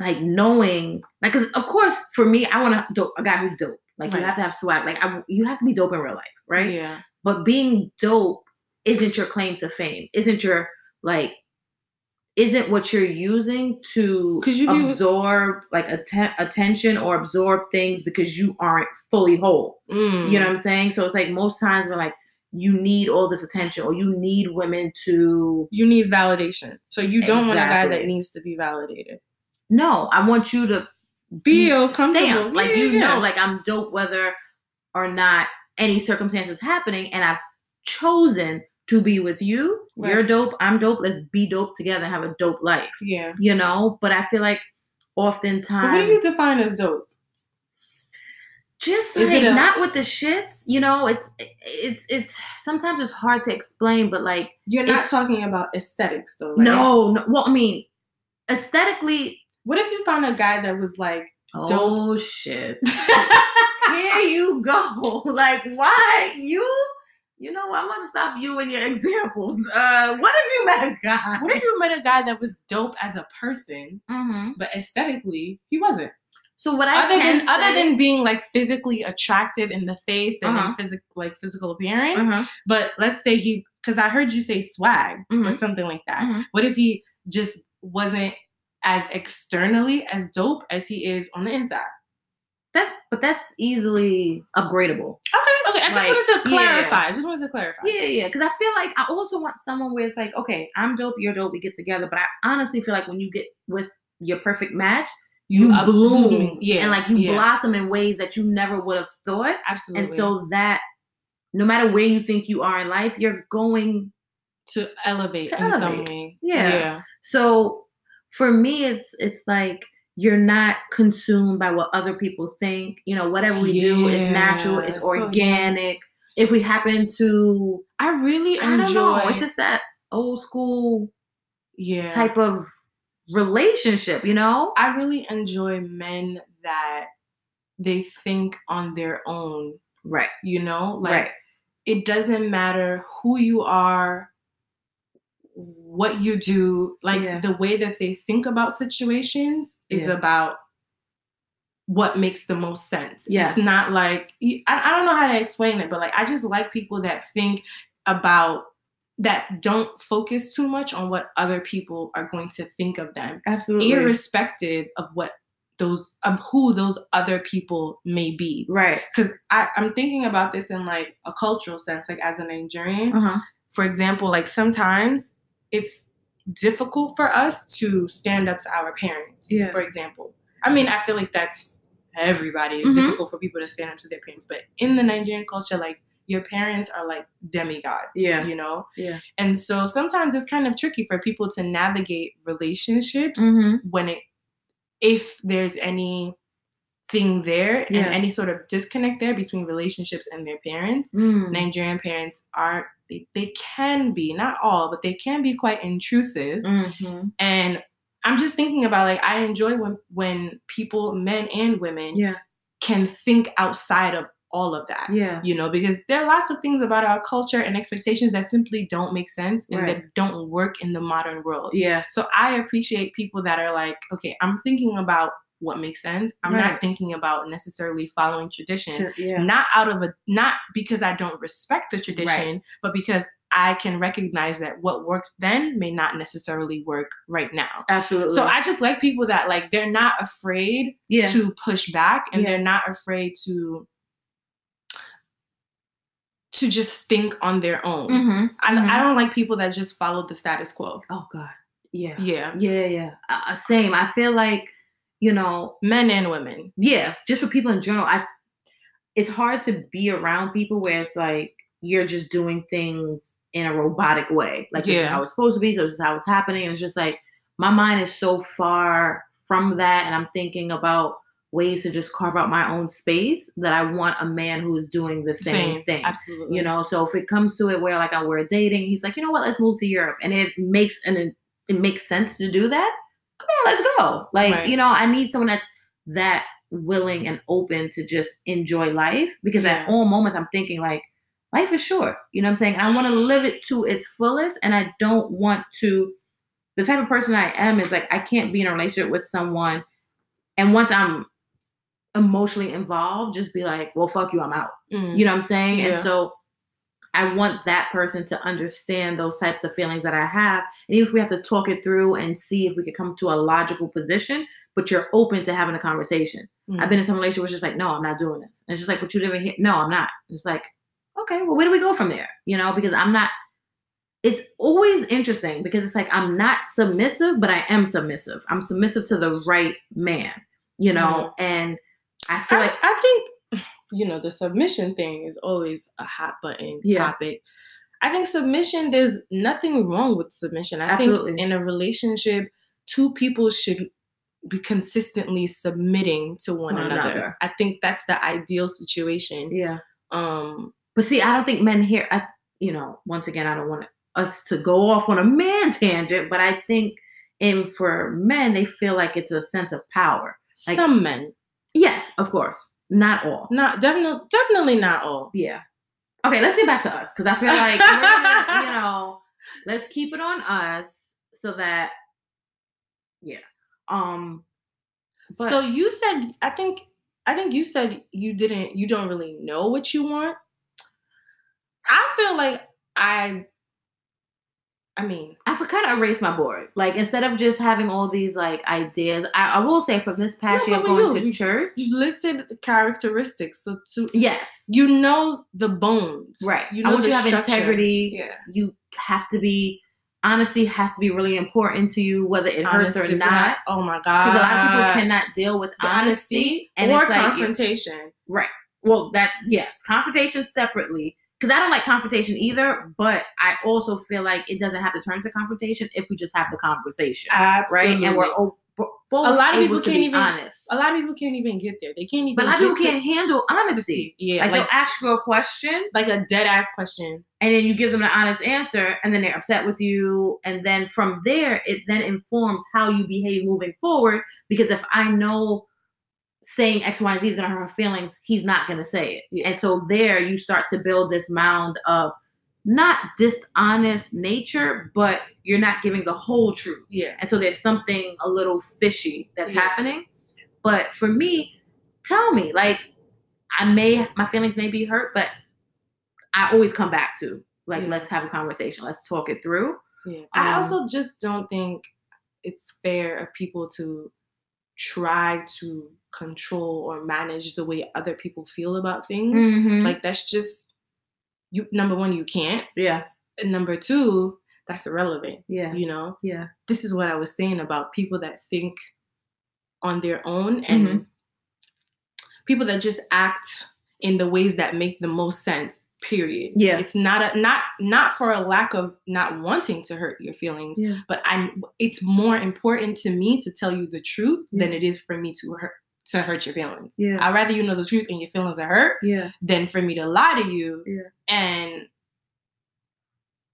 C: like knowing, like, because of course, for me, I want to dope, a guy who's dope. Like,
B: Right.
C: you have to have swag. Like, I, you have to be dope in real life, right?
B: Yeah.
C: but being dope isn't your claim to fame isn't your like isn't what you're using to
B: Could you be with-
C: absorb like atten- attention or absorb things because you aren't fully whole you
B: Mm.
C: know what i'm saying so it's like most times we're like you need all this attention or you need women to
B: you need validation. So you don't want a guy that
C: Exactly.
B: needs to be validated.
C: no i want you to
B: Feel comfortable.
C: Mm. stamped like
B: Yeah,
C: you
B: yeah.
C: know like i'm dope whether or not any circumstances happening and i've chosen to be with you you're
B: Right.
C: dope i'm dope let's be dope together and have a dope life
B: yeah.
C: you know but i feel like
B: But
C: oftentimes
B: what do you define as dope?
C: just
B: Is
C: like
B: it a-
C: not with the shits you know it's it's it's sometimes it's hard to explain but like
B: You're not
C: It's-
B: talking about aesthetics though, right?
C: no, no well i mean aesthetically
B: What if you found a guy that was like
C: [LAUGHS] oh shit here you go. [LAUGHS] Like, why you? You know, what? I'm gonna stop you and your [LAUGHS] examples. Uh, what if you met a guy?
B: what if you met a guy that was dope as a person,
C: Mhm.
B: but aesthetically he wasn't?
C: So what I
B: Other
C: can
B: than other
C: say-
B: than being like physically attractive in the face and
C: Uh-huh.
B: in physical like physical appearance,
C: Uh-huh.
B: but let's say he because I heard you say swag or
C: Mhm.
B: something like that.
C: Mhm.
B: What if he just wasn't as externally as dope as he is on the inside?
C: that, but that's easily upgradable.
B: Okay, okay. I just
C: Like,
B: wanted to
C: yeah.
B: clarify. I just wanted to clarify.
C: Yeah, yeah, yeah. Because I feel like I also want someone where it's like, okay, I'm dope, you're dope, we get together. But I honestly feel like when you get with your perfect match, you,
B: are
C: bloom,
B: blooming. Yeah,
C: and like you
B: yeah.
C: blossom in ways that you never would have thought.
B: Absolutely.
C: And so that no matter where you think you are in life, you're going.
B: to elevate
C: To
B: in some
C: elevate.
B: way.
C: Yeah. So for me, it's it's like you're not consumed by what other people think. You know, whatever we do is natural,
B: Yeah,
C: it's
B: so, yeah.
C: organic. If we happen to,
B: I really
C: I don't
B: enjoy.
C: know, it's just that old school
B: yeah.
C: type of relationship. You know,
B: I really enjoy men that they think on their own.
C: right?
B: You know, like
C: right.
B: it doesn't matter who you are, what you do, like
C: Yeah.
B: the way that they think about situations is
C: Yeah.
B: about what makes the most sense.
C: Yes.
B: It's not like, I, I don't know how to explain it, but like I just like people that think about that don't focus too much on what other people are going to think of them
C: Absolutely.
B: irrespective of what those of who those other people may be
C: right.
B: because i'm thinking about this in like a cultural sense like as a nigerian
C: Uh huh.
B: for example like sometimes it's difficult for us to stand up to our parents
C: Yeah.
B: for example i mean i feel like that's everybody it's
C: Mhm.
B: difficult for people to stand up to their parents but in the nigerian culture like your parents are like demigods
C: Yeah.
B: you know
C: Yeah.
B: and so sometimes it's kind of tricky for people to navigate relationships
C: Mm-hmm.
B: when it if there's any thing there
C: Yeah.
B: and any sort of disconnect there between relationships and their parents
C: Mm-hmm.
B: nigerian parents are they, they can be not all but they can be quite intrusive
C: Mm-hmm.
B: and i'm just thinking about like i enjoy when when people men and women
C: Yeah.
B: can think outside of all of that
C: Yeah.
B: you know because there are lots of things about our culture and expectations that simply don't make sense and
C: Right.
B: that don't work in the modern world
C: Yeah.
B: so I appreciate people that are like, okay, I'm thinking about what makes sense. I'm not
C: Right.
B: thinking about necessarily following tradition.
C: Yeah.
B: Not out of a not because I don't respect the tradition, but because I can recognize that what works then may not necessarily work right now.
C: Absolutely.
B: So I just like people that like they're not afraid
C: yeah.
B: to push back and
C: Yeah.
B: they're not afraid to to just think on their own.
C: mm-hmm.
B: I,
C: mhm.
B: I don't like people that just follow the status quo.
C: Oh God. Yeah.
B: Yeah.
C: Yeah. Yeah. Uh, same. I feel like you know.
B: Men and women.
C: Yeah. Just for people in general, I. It's hard to be around people where it's like you're just doing things in a robotic way. Like this
B: Yeah.
C: is how it's supposed to be. This is how it's happening. And it's just like my mind is so far from that, and I'm thinking about ways to just carve out my own space that I want a man who's doing the same, thing.
B: Absolutely.
C: you know so if it comes to it where like I we're dating he's like you know what let's move to europe and it makes and it makes sense to do that come on let's go like
B: Right.
C: you know i need someone that's that willing and open to just enjoy life because
B: Yeah.
C: at all moments i'm thinking like life is short you know what i'm saying and i want to live it to its fullest and i don't want to the type of person i am is like i can't be in a relationship with someone and once i'm emotionally involved just be like well fuck you i'm out
B: Mm.
C: you know what I'm saying?
B: Yeah.
C: And so I want that person to understand those types of feelings that I have. And even if we have to talk it through and see if we can come to a logical position, but you're open to having a conversation.
B: Mm.
C: I've been in some relationship where it's just like, no, I'm not doing this. And it's just like, but you didn't hear, no, I'm not. And it's like, okay, well, where do we go from there? You know, because I'm not, it's always interesting because it's like, I'm not submissive, but I am submissive. I'm submissive to the right man, you know,
B: Mm-hmm.
C: and I feel
B: I,
C: like,
B: I think [SIGHS] you know the submission thing is always a hot button
C: Yeah.
B: topic. I think submission. There's nothing wrong with submission. I
C: Absolutely.
B: think in a relationship, two people should be consistently submitting to one,
C: One
B: another.
C: another.
B: I think that's the ideal situation.
C: yeah.
B: Um,
C: But see, I don't think men here. I, you know, once again, I don't want us to go off on a man [LAUGHS] tangent, but I think, and for men, they feel like it's a sense of power. Like-
B: some men,
C: Yes, of course, not all.
B: not definitely, definitely not all.
C: Yeah. Okay, let's get back to us because I
B: [LAUGHS]
C: feel like we're gonna, you know, let's keep it on us so that, yeah. Um. But-
B: so you said, I think, I think you said you didn't, you don't really know what you want. I feel like I, I mean,
C: I kind of erased my board. Like instead of just having all these like ideas, I, I will say from this past
B: Yeah,
C: year
B: but
C: of
B: when
C: going
B: you-
C: to church.
B: you listed the characteristics, so to
C: Yes,
B: you know the bones,
C: Right.
B: You
C: I
B: know
C: want
B: the
C: you to have
B: structure.
C: integrity.
B: Yeah.
C: You have to be honesty has to be really important to you, whether it hurts
B: Honesty,
C: or not.
B: Oh my
C: Because
B: god.
C: a lot of people cannot deal with
B: The
C: honesty,
B: honesty
C: and
B: or
C: it's like-
B: confrontation.
C: Well, that yes, confrontation separately, because I don't like confrontation either, but I also feel like it doesn't have to turn to confrontation if we just have the conversation,
B: Absolutely.
C: right? And we're o- b- both
B: A lot of
C: able
B: people
C: to
B: can't
C: be
B: even-
C: honest,
B: a lot of people can't even get there. They can't even.
C: but a lot of
B: get
C: people
B: to
C: can't handle honesty.
B: honesty. Yeah,
C: Like,
B: like
C: they'll ask you a question
B: like a dead ass question.
C: and then you give them an honest answer and then they're upset with you and then from there it then informs how you behave moving forward because if i know saying x y and z is going to hurt her feelings he's not going to say it and so there you start to build this mound of not dishonest nature but you're not giving the whole truth
B: Yeah.
C: and so there's something a little fishy that's
B: Yeah.
C: happening but for me tell me like i may my feelings may be hurt but i always come back to like
B: Yeah.
C: let's have a conversation let's talk it through
B: Yeah. I
C: Um,
B: also just don't think it's fair of people to try to control or manage the way other people feel about things.
C: like
B: Like that's just you number one, you can't.
C: yeah
B: And number two, that's irrelevant.
C: yeah
B: You know?
C: yeah
B: This is what I was saying about people that think on their own and
C: Mm-hmm.
B: people that just act in the ways that make the most sense, period.
C: Yeah.
B: It's not a not not for a lack of not wanting to hurt your feelings,
C: yeah
B: but I'm it's more important to me to tell you the truth than
C: Yeah.
B: it is for me to hurt to hurt your feelings.
C: yeah
B: I'd rather you know the truth and your feelings are hurt
C: yeah
B: than for me to lie to you
C: Yeah.
B: and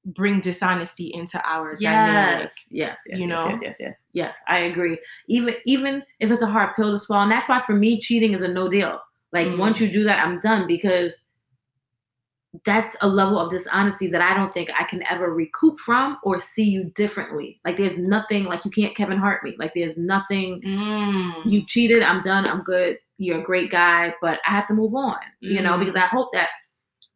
B: bring dishonesty into our dynamic.
C: yes yes yes
B: you
C: yes,
B: know?
C: yes yes yes yes i agree even even if it's a hard pill to swallow and that's why for me cheating is a no deal like
B: Mhm.
C: once you do that i'm done because that's a level of dishonesty that i don't think i can ever recoup from or see you differently like there's nothing like you can't kevin hart me like there's nothing
B: Mm.
C: you cheated i'm done i'm good you're a great guy but i have to move on you know
B: Mhm.
C: because i hope that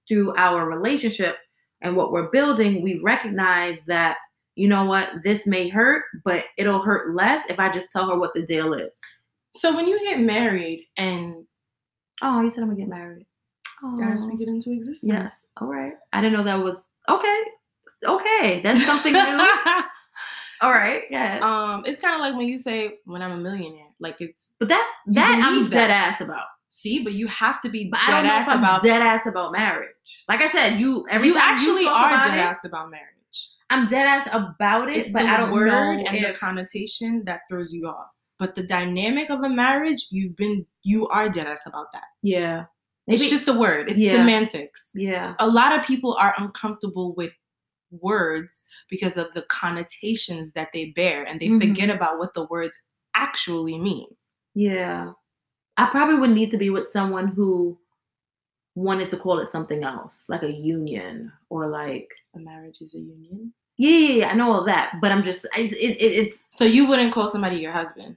C: through our relationship and what we're building we recognize that you know what this may hurt but it'll hurt less if i just tell her what the deal is
B: so when you get married and
C: oh you said i'm gonna get married oh
B: gotta speak it into existence.
C: yes all right i didn't know that was okay okay that's something [LAUGHS] new all right yeah
B: um, it's kind of like when you say when I'm a millionaire, like it's
C: but that
B: you
C: that i'm
B: believe
C: dead
B: that.
C: ass about
B: see, but you have to be
C: but i
B: dead
C: don't know
B: ass
C: if i'm
B: about
C: dead ass about marriage like i said you every
B: you
C: time
B: actually
C: talk
B: are
C: about
B: dead
C: it,
B: ass about marriage.
C: I'm dead ass about it,
B: It's
C: but
B: the
C: I don't
B: word
C: know
B: and the
C: if
B: connotation that throws you off. But the dynamic of a marriage, you've been you are dead ass about that.
C: yeah.
B: It's just the word. It's
C: Yeah.
B: semantics.
C: yeah,
B: A lot of people are uncomfortable with words because of the connotations that they bear and they
C: Mhm.
B: forget about what the words actually mean.
C: yeah. I probably would need to be with someone who wanted to call it something else, like a union or like
B: A marriage is a union.
C: yeah, yeah, yeah I know all that, but I'm just it's it, it, it's
B: So you wouldn't call somebody your husband.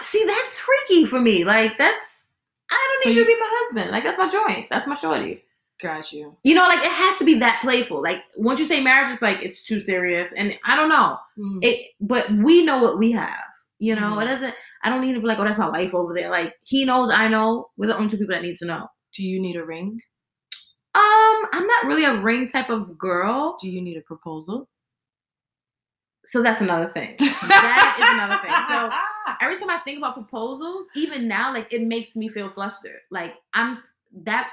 C: see that's freaky for me. Like that's I don't
B: So
C: need you to
B: you-
C: be my husband. Like that's my joint. That's my shorty.
B: Got you.
C: You know, like it has to be that playful. Like once you say marriage, it's like it's too serious, and I don't know.
B: Mm.
C: it but we know what we have you know it
B: Mhm.
C: doesn't i don't need to be like oh that's my wife over there like he knows i know we're the only two people that need to know um
B: Do you need a ring?
C: i'm not really a ring type of girl
B: Do you need a proposal?
C: so that's another thing that is another thing so every time i think about proposals even now like it makes me feel flustered like i'm s- that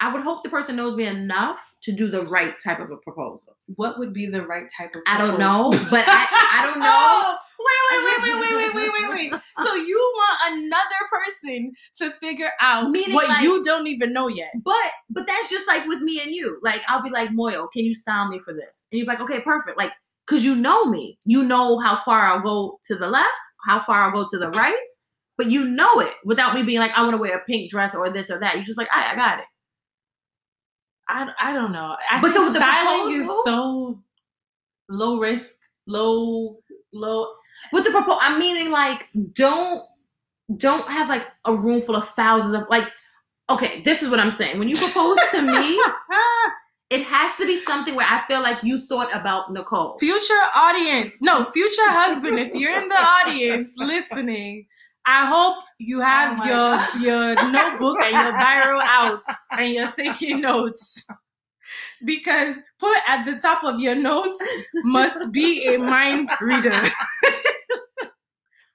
C: i would hope the person knows me enough to do the right type of a proposal
B: what would be the right type of
C: i don't
B: proposal?
C: know but i
B: [LAUGHS]
C: i don't know
B: Oh, wait, wait, wait, wait, wait, wait, wait, wait. So you want another person to figure out
C: Meaning,
B: what
C: like-
B: you don't even know yet.
C: But but that's just like with me and you. Like I'll be like, Moyo, can you style me for this? And you're like, okay, perfect. Like, cause you know me. You know how far I'll go to the left, how far I'll go to the right. But you know it without me being like, I want to wear a pink dress or this or that. You're just like, I, I got it.
B: I, I don't know. I
C: But
B: but
C: so
B: think
C: with the
B: styling is
C: proposal-
B: so low risk, low, low.
C: With the proposal, I'm meaning like, don't don't have like a room full of thousands of like. Okay, this is what I'm saying. When you propose to me, it has to be something where I feel like you thought about Nicole.
B: Future audience, no, future
C: [LAUGHS]
B: husband. if you're in the audience listening, I hope you have
C: Oh my
B: your your notebook and your biro out and you're taking notes. Because put at the top of your notes must be a mind
C: [LAUGHS]
B: reader. of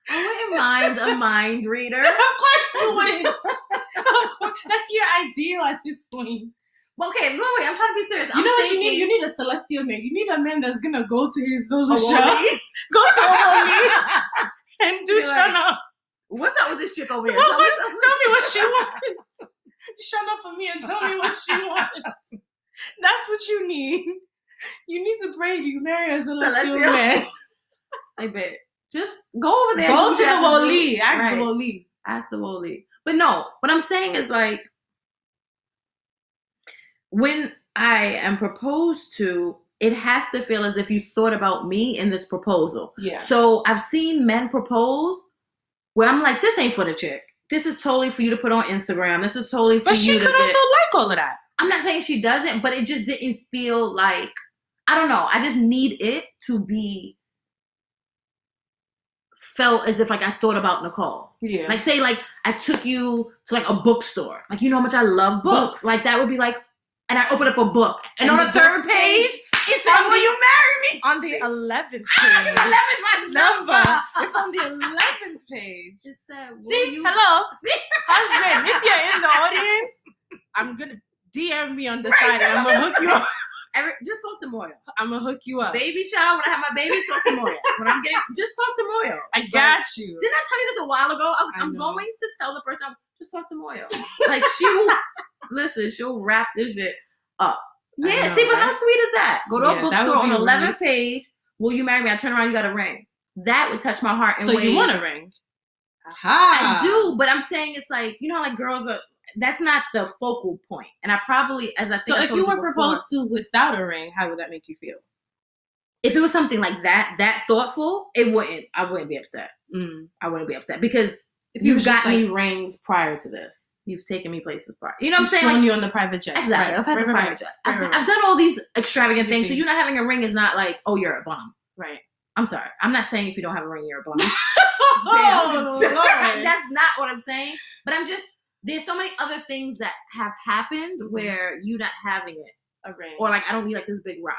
C: I wouldn't mind a mind
B: [LAUGHS]
C: reader.
B: course you wouldn't. [LAUGHS] Of of course, that's your ideal at this point.
C: Okay, no wait, I'm trying to be serious.
B: You
C: I'm
B: know what
C: thinking,
B: you need? You need a celestial man. You need a man that's gonna go to his Zulu
C: a
B: shop,
C: woman?
B: go
C: [LAUGHS]
B: to Omoli [LAUGHS] and do
C: Be like,
B: Shana.
C: What's up with this chick over here?
B: What
C: Tell
B: would-
C: me-
B: tell me what she wants. Shut up for me and tell me
C: [LAUGHS]
B: what she wants. That's what you need. You need to pray you marry a celestial
C: Celestial. [LAUGHS]
B: man.
C: I bet. Just go over there.
B: Go
C: and
B: to
C: do
B: the
C: that.
B: Wali. Ask the
C: Right.
B: Wali.
C: Ask the Woli. But no, what I'm saying is like when I am proposed to, it has to feel as if you thought about me in this proposal.
B: Yeah.
C: So I've seen men propose where I'm like, this ain't for the chick. This is totally for you to put on Instagram. This is totally for
B: But
C: you
B: she
C: to
B: could
C: get-
B: also like all of that.
C: I'm not saying she doesn't, but it just didn't feel like I don't know. I just need it to be felt as if like I thought about Nicole.
B: Yeah.
C: Like say like I took you to like a bookstore. Like you know how much I love books.
B: Books.
C: Like that would be like and I open up a book and,
B: And
C: on
B: the
C: the, third
B: book
C: page it said
B: on
C: will
B: the-
C: you marry me?
B: on the 11th [LAUGHS] page.
C: I think 11 is my number.
B: It's on the 11th page.
C: It said will
B: See,
C: you
B: hello. See, husband, if you're in the audience, I'm gonna DM me on the side. and I'm gonna hook you up.
C: Every, just talk to Moya.
B: I'm gonna hook you up.
C: Baby shower when I have my baby talk to Moya. When I'm getting [LAUGHS] just talk to Moya.
B: I got you.
C: Didn't I tell you this a while ago? I was,
B: I
C: I'm
B: know.
C: going to tell the person. Just talk to Moyo. like she
B: [LAUGHS]
C: will listen. She'll wrap this shit up.
B: I
C: Yeah.
B: know,
C: see, but how
B: right?
C: sweet is that? Go to
B: Yeah,
C: a
B: that
C: bookstore
B: would
C: on
B: be
C: the 11th
B: nice.
C: page. Will you marry me? I turn around. You got a ring. That would touch my heart. In
B: So you
C: ways-
B: want a ring?
C: I
B: Aha.
C: do, but I'm saying it's like you know, how, like girls are. That's not the focal point. And I probably, as I think,
B: So
C: I
B: if
C: told
B: you were
C: before,
B: proposed to without a ring, how would that make you feel?
C: if it was something like that, that thoughtful, it wouldn't. I wouldn't be upset. I wouldn't be upset because
B: If you
C: you've
B: was just
C: Mm. got me rings prior to this. You've taken me places prior. You know what I'm
B: Just
C: saying?
B: flown
C: Like,
B: you on the private jet.
C: exactly.
B: Right,
C: I've had
B: right,
C: the
B: right,
C: prior
B: right.
C: jet.
B: Right,
C: I've, [LAUGHS]
B: right,
C: I've done all these extravagant
B: Stupid
C: things. So you
B: things.
C: not having a ring is not like, oh, you're a bum.
B: Right.
C: I'm sorry. I'm not saying if you don't have a ring,
B: [LAUGHS]
C: you're a bum.
B: Oh,
C: Damn.
B: Lord.
C: [LAUGHS] That's not what I'm saying. But I'm just there's so many other things that have happened
B: Mhm.
C: where you not having it,
B: a ring.
C: or like I don't need like this big rock.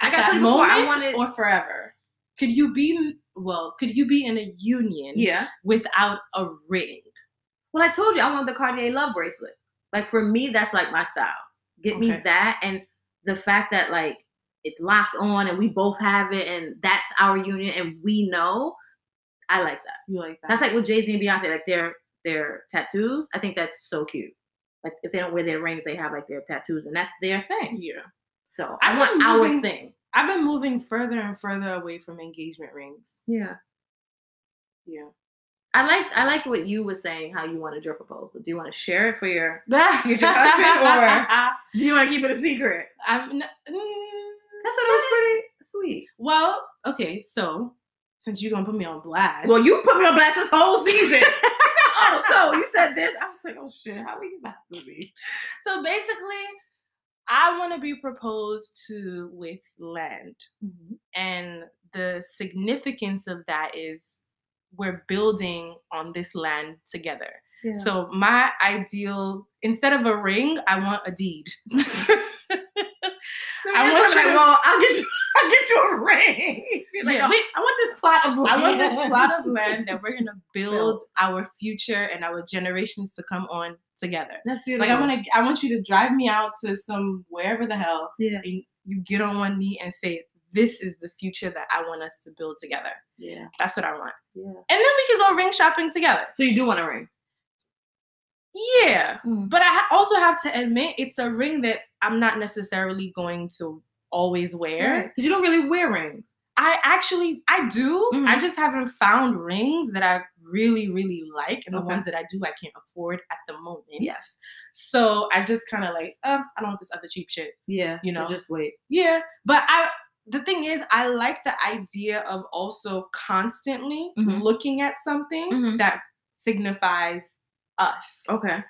B: At
C: like I
B: that
C: told you before,
B: moment
C: I wanted.
B: or forever. Could you be well? Could you be in a union
C: yeah.
B: without a ring?
C: Well, I told you I wanted the Cartier love bracelet. Like for me, that's like my style. Get me
B: Okay.
C: that, and the fact that like it's locked on, and we both have it, and that's our union, and we know. I like that.
B: You like that?
C: That's like with Jay Z and Beyonce, like their their tattoos. I think that's so cute. Like if they don't wear their rings, they have like their tattoos, and that's their thing.
B: yeah.
C: So
B: I've
C: I want
B: been
C: our
B: moving-
C: thing.
B: I've been moving further and further away from engagement
C: [LAUGHS]
B: rings.
C: Yeah,
B: Yeah.
C: I liked I liked what you were saying. How you wanted your proposal? Do you want to share it for your?
B: You're
C: just outfit or- Do you want to keep it
B: [LAUGHS]
C: a secret?
B: I've n- mm,
C: That's what was pretty sweet.
B: well. Okay, so since you're gonna put me on blast,
C: Well, you put me on blast this whole [LAUGHS] season. oh, so you said this. I was like, oh shit, how we about to be?
B: so basically, I want to be proposed to with land.
C: Mm-hmm.
B: and the significance of that is we're building on this land together.
C: So
B: So my ideal instead of a ring, I want a deed. [LAUGHS]
C: I
B: want
C: want you.
B: you to-
C: well, I'll get you. [LAUGHS] I'll get you a ring. She's like, "Oh,
B: Yeah.
C: "No, I want this plot of.
B: I want
C: land."
B: this plot
C: [LAUGHS]
B: of land that we're gonna build
C: Build.
B: our future and our generations to come on together.
C: That's
B: Like
C: beautiful.
B: I want to, I want you to drive me out to some wherever the hell,
C: Yeah.
B: and you get on one knee and say, "This is the future that I want us to build together."
C: Yeah.
B: That's what I want,
C: Yeah.
B: and then we can go ring shopping together.
C: So you do want a ring. Hmm.
B: Yeah, But I ha- also have to admit, it's a ring that I'm not necessarily going to always wear.
C: Because you don't really wear rings.
B: I actually, I do.
C: Mhm.
B: I just haven't found rings that I really, really like, and the
C: Okay.
B: ones that I do, I can't afford at the moment.
C: Yes.
B: So I just kind of like, uh, I don't want this other cheap shit.
C: Yeah.
B: You know.
C: Just wait.
B: Yeah, but I. The thing is, I like the idea of also constantly
C: Mhm.
B: looking at something
C: Mhm.
B: that signifies us.
C: Okay.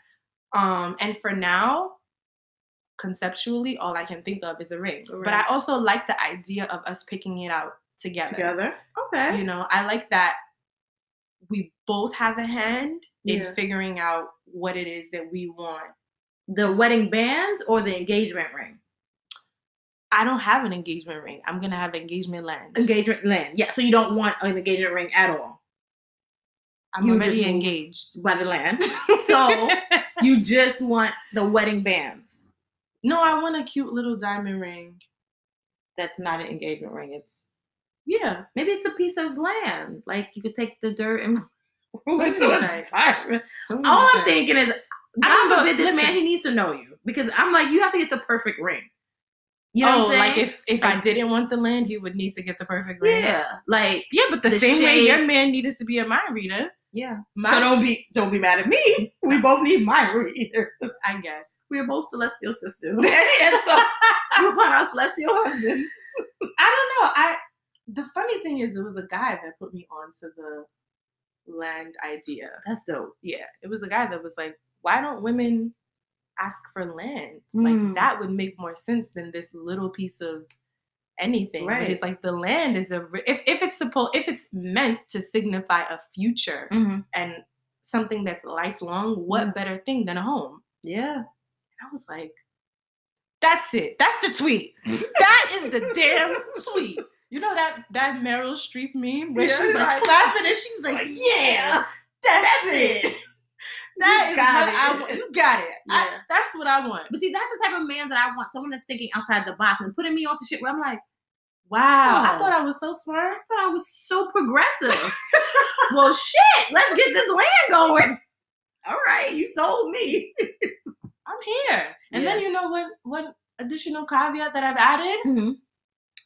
B: Um, and for now, conceptually, all I can think of is a ring.
C: A
B: But I
C: ring.
B: also like the idea of us picking it out together.
C: Together. Okay.
B: You know, I like that we both have a hand
C: Yeah.
B: in figuring out what it is that we want.
C: The
B: Just-
C: wedding bands or the engagement ring.
B: I don't have an engagement ring. I'm gonna have engagement land.
C: Engagement ring. Yeah. So you don't want an engagement ring at all. I'm
B: You
C: already
B: just moved.
C: engaged by the [LAUGHS] land. so you just want the wedding bands.
B: no, I want a cute little diamond ring.
C: That's not an engagement ring. It's
B: [LAUGHS] Yeah.
C: maybe it's a piece of land. Like you could take the dirt
B: [LAUGHS]
C: and
B: Don't
C: [LAUGHS] to
B: be
C: a
B: tight.
C: diamond.
B: Don't be
C: All I'm
B: tight.
C: thinking is,
B: don't
C: God
B: know.
C: forbid this
B: Listen.
C: man, he needs to know you because I'm like, you have to get the perfect ring. You know
B: oh,
C: what I'm saying?
B: like if if I
C: Like-
B: didn't want the land, he would need to get the perfect ring.
C: yeah, like
B: Yeah, but the,
C: The
B: same way
C: shade.
B: your man needed to be a mind reader,
C: yeah.
B: my,
C: so don't be don't be mad at me.
B: [LAUGHS]
C: We both need my reader.
B: I guess.
C: We are both celestial sisters. Okay?
B: [LAUGHS]
C: and so [LAUGHS] you find our celestial husband.
B: I don't know. I the funny thing is, it was a guy that put me onto the land idea.
C: That's dope.
B: Yeah, it was a guy that was like, "Why don't women ask for land?
C: Mm.
B: Like that would make more sense than this little piece of anything." But
C: Right.
B: it's like the land is a ri- if if it's supposed if it's meant to signify a future
C: Mm. Mm-hmm.
B: and something that's lifelong, what better thing than a home?
C: Yeah.
B: And I was like, that's it. That's the tweet. that is the
C: [LAUGHS]
B: damn tweet. You know that that Meryl Streep meme where
C: Yeah.
B: she's like laughing and
C: [LAUGHS]
B: she's like, yeah, that's, [LAUGHS] it. That
C: You
B: is
C: got
B: what
C: it.
B: I want. You got it. I-
C: Yeah.
B: that's what I want.
C: But see, that's the type of man that I want. Someone that's thinking outside the box and putting me onto shit where I'm like, wow.
B: I thought I was so smart.
C: I thought I was so progressive. [LAUGHS] well, shit, let's get this land going. All right, you sold me.
B: I'm here. And
C: Yeah.
B: then you know what? What additional caveat that I've added?
C: Mm-hmm.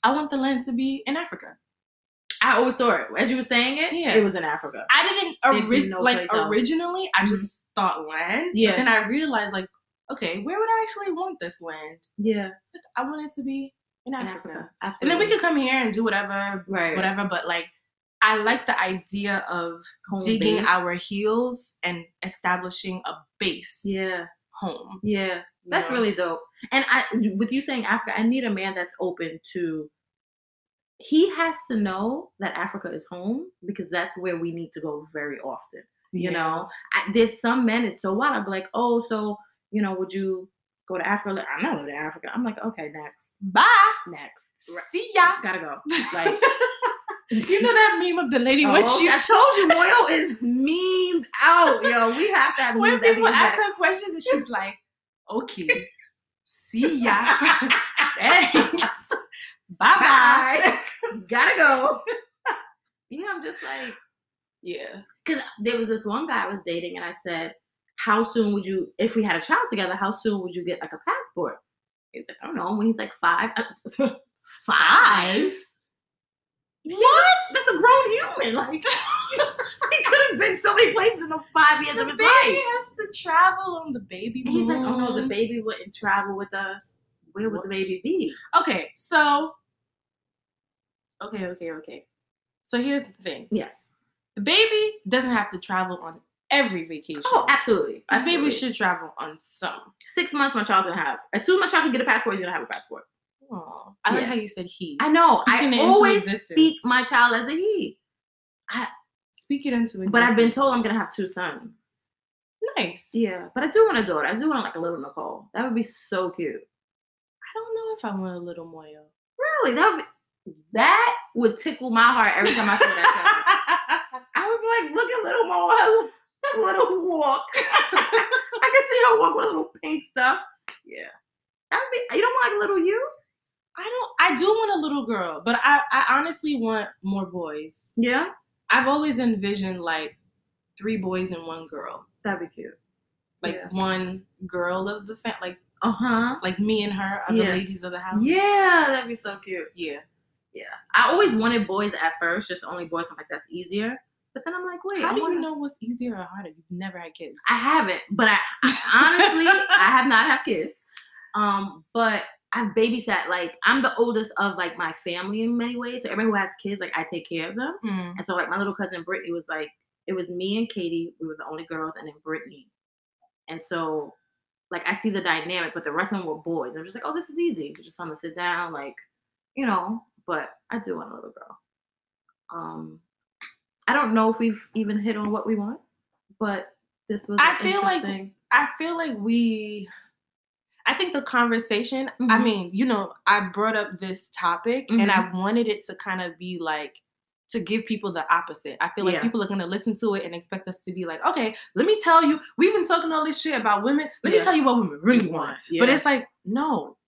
B: I want the land to be in Africa.
C: I always saw it as you were saying it.
B: Yeah.
C: it was in Africa.
B: I
C: There'd
B: didn't
C: be
B: ori-
C: no
B: like
C: place else.
B: originally. I just thought land.
C: Mm-hmm. Yeah.
B: But then I realized like, okay, where would I actually want this land?
C: Yeah,
B: It's like, I want it to be in
C: in
B: Africa.
C: Africa,
B: And
C: absolutely.
B: then we could come here and do whatever,
C: right
B: whatever. But like, I like the idea of
C: Home
B: digging
C: base.
B: our heels and establishing a base
C: Yeah,
B: home.
C: yeah,
B: you
C: that's
B: know?
C: really dope. And I, with you saying Africa, I need a man that's open to. He has to know that Africa is home because that's where we need to go very often. you
B: Yeah.
C: know I, there's some men it's so wild i'm like oh so you know would you go to africa Like, i'm not going to africa i'm like okay next
B: Bye.
C: next
B: See ya.
C: gotta go like
B: [LAUGHS] You know that meme of the lady
C: oh,
B: when she's
C: i told you [LAUGHS] moyo is memed out yo we have to have
B: when
C: memes every
B: people ask
C: week.
B: her questions and she's like, okay, see ya.
C: [LAUGHS]
B: Thanks. Bye bye.
C: Bye. gotta
B: [LAUGHS]
C: go yeah i'm just like
B: Yeah.
C: because there was this one guy i was dating and i said how soon would you if we had a child together how soon would you get like a passport he's like i don't know when he's like five uh, [LAUGHS] five What? That's a grown human. Like [LAUGHS] he could have been so many places in the five years
B: The
C: of
B: baby Mm-hmm.
C: his life.
B: has to travel on the baby
C: And he's like, oh no, the
B: moon.
C: baby wouldn't travel with us. Where would the baby be?
B: Okay, so. Okay, okay, okay. So here's the thing
C: Yes.
B: the baby doesn't have to travel on every vacation.
C: Oh, absolutely.
B: the baby
C: absolutely.
B: should travel on some.
C: Six months my child's gonna have. As soon as my child can get a passport, he's gonna have a passport.
B: Aw, I like
C: Yeah.
B: how you said he.
C: I know.
B: Speaking it
C: I
B: into
C: always
B: existence.
C: speak my child as a he.
B: Speak it into it.
C: But I've been told I'm gonna have two sons.
B: Nice.
C: Yeah. But I do want a daughter. I do want like a little Nicole. That would be so cute.
B: I don't know if I want a little
C: [LAUGHS]
B: Moyo.
C: Really? That would be, that would tickle my heart every time I see that. child. I would be like, look at little Mo, her [LAUGHS] her little walk. I can see her walk with little pink stuff. Yeah. That would be, you don't want like little you?
B: I don't. I do want a little girl, but I, I honestly want more boys.
C: Yeah.
B: I've always envisioned like three boys and one girl,
C: That'd be cute.
B: like
C: Yeah.
B: one girl of the fam, like
C: Uh huh.
B: like me and her are
C: Yeah.
B: the ladies of the house.
C: Yeah, that'd be so cute.
B: yeah.
C: I always wanted boys at first, just only boys. I'm like, that's easier. But then I'm like, wait,
B: How
C: I
B: do you
C: wanna-
B: know what's easier or harder? You've never had kids.
C: I haven't, but I,
B: [LAUGHS]
C: I [LAUGHS] honestly, I have not had kids. Um, but I've babysat. Like, I'm the oldest of like my family in many ways. So everyone who has kids, like, I take care of them.
B: Mm.
C: And so like my little cousin Brittany was like, it was me and Katie. We were the only girls, and then Brittany. And so, like I see the dynamic, but the rest of them were boys. I'm just like, oh, this is easy. You just tell them to sit down, like, you know. But I do want a little girl. Um, I don't know if we've even hit on what we want, but this was.
B: I
C: an
B: feel like-
C: interesting-
B: I feel like we. I think the conversation. I
C: Mhm.
B: Mm-hmm. mean, you know, I brought up this topic, and I wanted it to kind of be like to give people the opposite. I feel like
C: Yeah.
B: people are going to listen to it and expect us to be like, okay, let me tell you, we've been talking all this shit about women. Let
C: Yeah.
B: me tell you what women really want. But
C: Yeah.
B: it's like, no,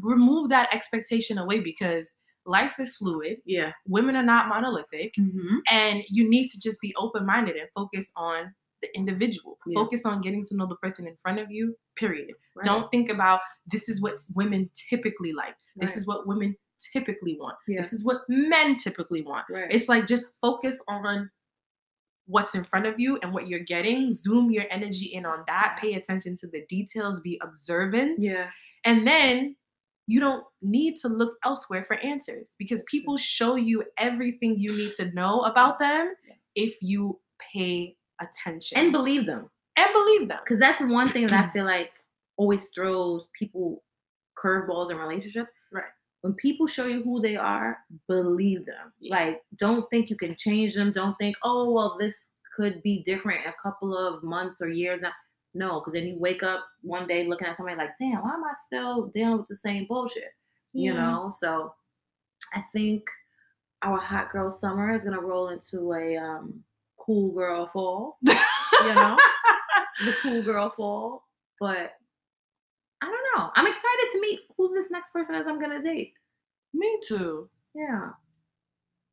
B: remove that expectation away because life is fluid.
C: yeah.
B: Women are not monolithic.
C: Mm-hmm.
B: And you need to just be open minded and focus on the individual.
C: Yeah.
B: Focus on getting to know the person in front of you, period. Don't think about this is what women typically like. This is what women typically want.
C: Yeah.
B: This is what men typically want.
C: right.
B: It's like just focus on what's in front of you and what you're getting. Zoom your energy in on that. Pay attention to the details. Be observant.
C: yeah.
B: And then you don't need to look elsewhere for answers because people show you everything you need to know about them if you pay attention
C: And believe them.
B: and believe them.
C: Because that's one thing that I feel like always throws people curveballs in relationships.
B: Right.
C: When people show you who they are, believe them.
B: Yeah.
C: Like, don't think you can change them. Don't think, oh, well, this could be different in a couple of months or years. No, because then you wake up one day looking at somebody like, damn, why am I still dealing with the same bullshit? you know so i think our hot girl summer is gonna roll into a um cool girl fall you know the cool girl fall but i don't know i'm excited to meet who this next person is i'm gonna date
B: Me too.
C: yeah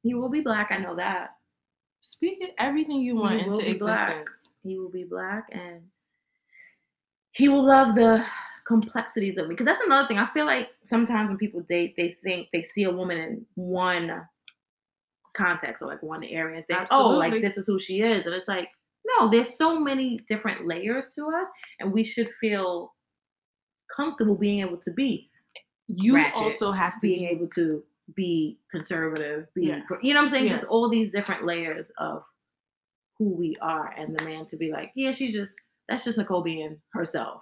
C: he will be black i know that
B: Speak it- everything you want
C: You will
B: into
C: be
B: existence.
C: black. he will be black and he will love the complexities of me because that's another thing i feel like sometimes when people date they think they see a woman in one context or like one area and think oh like
B: Absolutely.
C: this is who she is and it's like no there's so many different layers to us and we should feel comfortable being able to be
B: You
C: Ratchet.
B: also have to be
C: being able to be conservative be
B: Yeah.
C: you know what i'm saying
B: Yeah.
C: just all these different layers of who we are and the man to be like yeah she's just that's just nicole being herself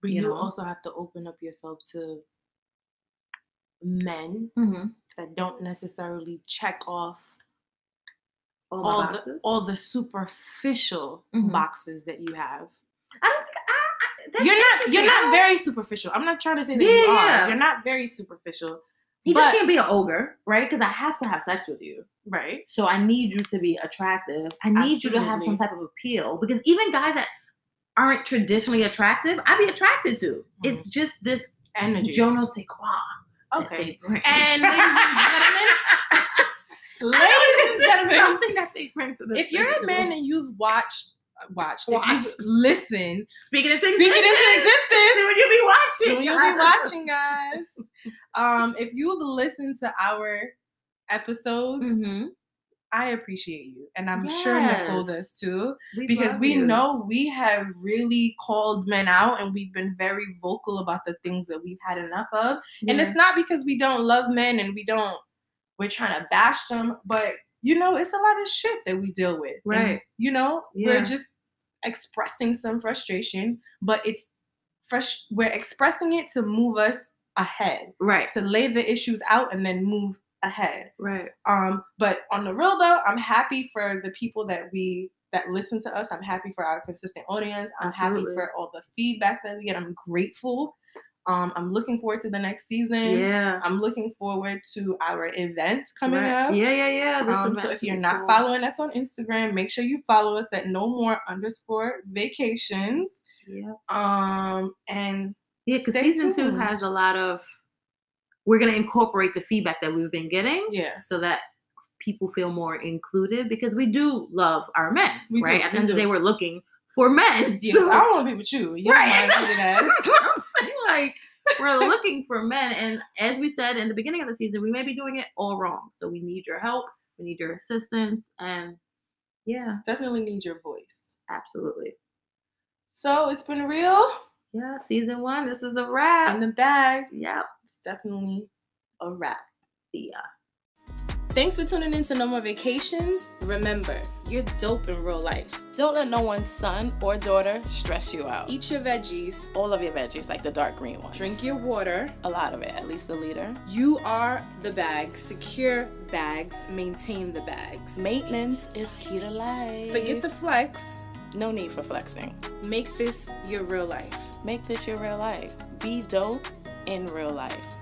B: But
C: you
B: you,
C: know?
B: also have to open up yourself to men
C: mm-hmm.
B: that don't necessarily check off
C: all, my
B: all the
C: boxes.
B: all the superficial
C: Mhm.
B: boxes that you have.
C: i don't think i, I that's
B: you're not
C: interesting.
B: you're
C: I don't-
B: not very superficial. I'm not trying to say that
C: Yeah,
B: you are.
C: yeah.
B: You're not very superficial,
C: you just
B: but-
C: can't be an ogre right because i have to have sex with you
B: right?
C: so i need you to be attractive i need you to have some
B: Absolutely.
C: type of appeal because even guys that aren't traditionally attractive i'd be attracted to it's just this
B: Mm-hmm. Energy.
C: jonas Sequoia that
B: okay.
C: [LAUGHS] they bring.
B: And ladies
C: [LAUGHS]
B: and gentlemen, [LAUGHS] ladies and gentlemen,
C: something that they bring to the
B: if you're a man and you've watched watched, if
C: Watch.
B: you've
C: [LAUGHS]
B: listened,
C: speaking into
B: speaking into
C: [LAUGHS] soon
B: existence,
C: you be watching.
B: soon you'll be
C: [LAUGHS]
B: watching guys. Um, if you've listened to our episodes,
C: Mm-hmm.
B: I appreciate you, and I'm sure Nicole
C: Yes.
B: does too. because we
C: you.
B: know we have really called men out and we've been very vocal about the things that we've had enough of. And it's not because we don't love men and we don't we're trying to bash them, but you know, it's a lot of shit that we deal with. And,
C: Right.
B: you know,
C: Yeah.
B: we're just expressing some frustration, but it's fresh we're expressing it to move us ahead,
C: right,
B: to lay the issues out and then move ahead.
C: right,
B: Um, but on the real though, I'm happy for the people that we that listen to us. I'm happy for our consistent audience. I'm
C: Absolutely.
B: happy for all the feedback that we get. I'm grateful. Um, I'm looking forward to the next season.
C: yeah,
B: I'm looking forward to our events coming
C: right.
B: up.
C: Yeah, yeah, yeah. This
B: Um,
C: is
B: so if
C: actually
B: you're not
C: cool.
B: following us on Instagram, make sure you follow us at no more underscore vacations.
C: yeah,
B: Um, and
C: yeah, because
B: Stay
C: season two
B: tuned.
C: has a lot of. We're gonna incorporate the feedback that we've been getting,
B: yeah,
C: so that people feel more included because we do love our men,
B: We do,
C: right? At the
B: we
C: end of the
B: do.
C: day, we're looking for men.
B: yeah
C: [LAUGHS] so-
B: I don't want to be with you. you
C: Right.
B: right.
C: [LAUGHS] That's what I'm saying. Like we're looking for men, and as we said in the beginning of the season, we may be doing it all wrong. So we need your help. We need your assistance, and yeah,
B: Definitely need your voice.
C: absolutely.
B: So it's been real.
C: Yeah, season one. This is a wrap.
B: in the bag.
C: Yep.
B: It's definitely a wrap.
C: See ya.
B: Thanks for tuning in to No More Vacations. Remember, you're dope in real life.
A: Don't let no one's son or daughter stress you out. Eat
B: Eat your veggies,
A: all of your veggies, like the dark green ones.
B: drink your water.
A: a lot of it, at least a liter.
B: You are the bag. Secure bags, maintain the bags.
A: Maintenance is key to life.
B: Forget the flex.
A: no need for flexing.
B: Make this your real life.
A: Make this your real life. Be dope in real life.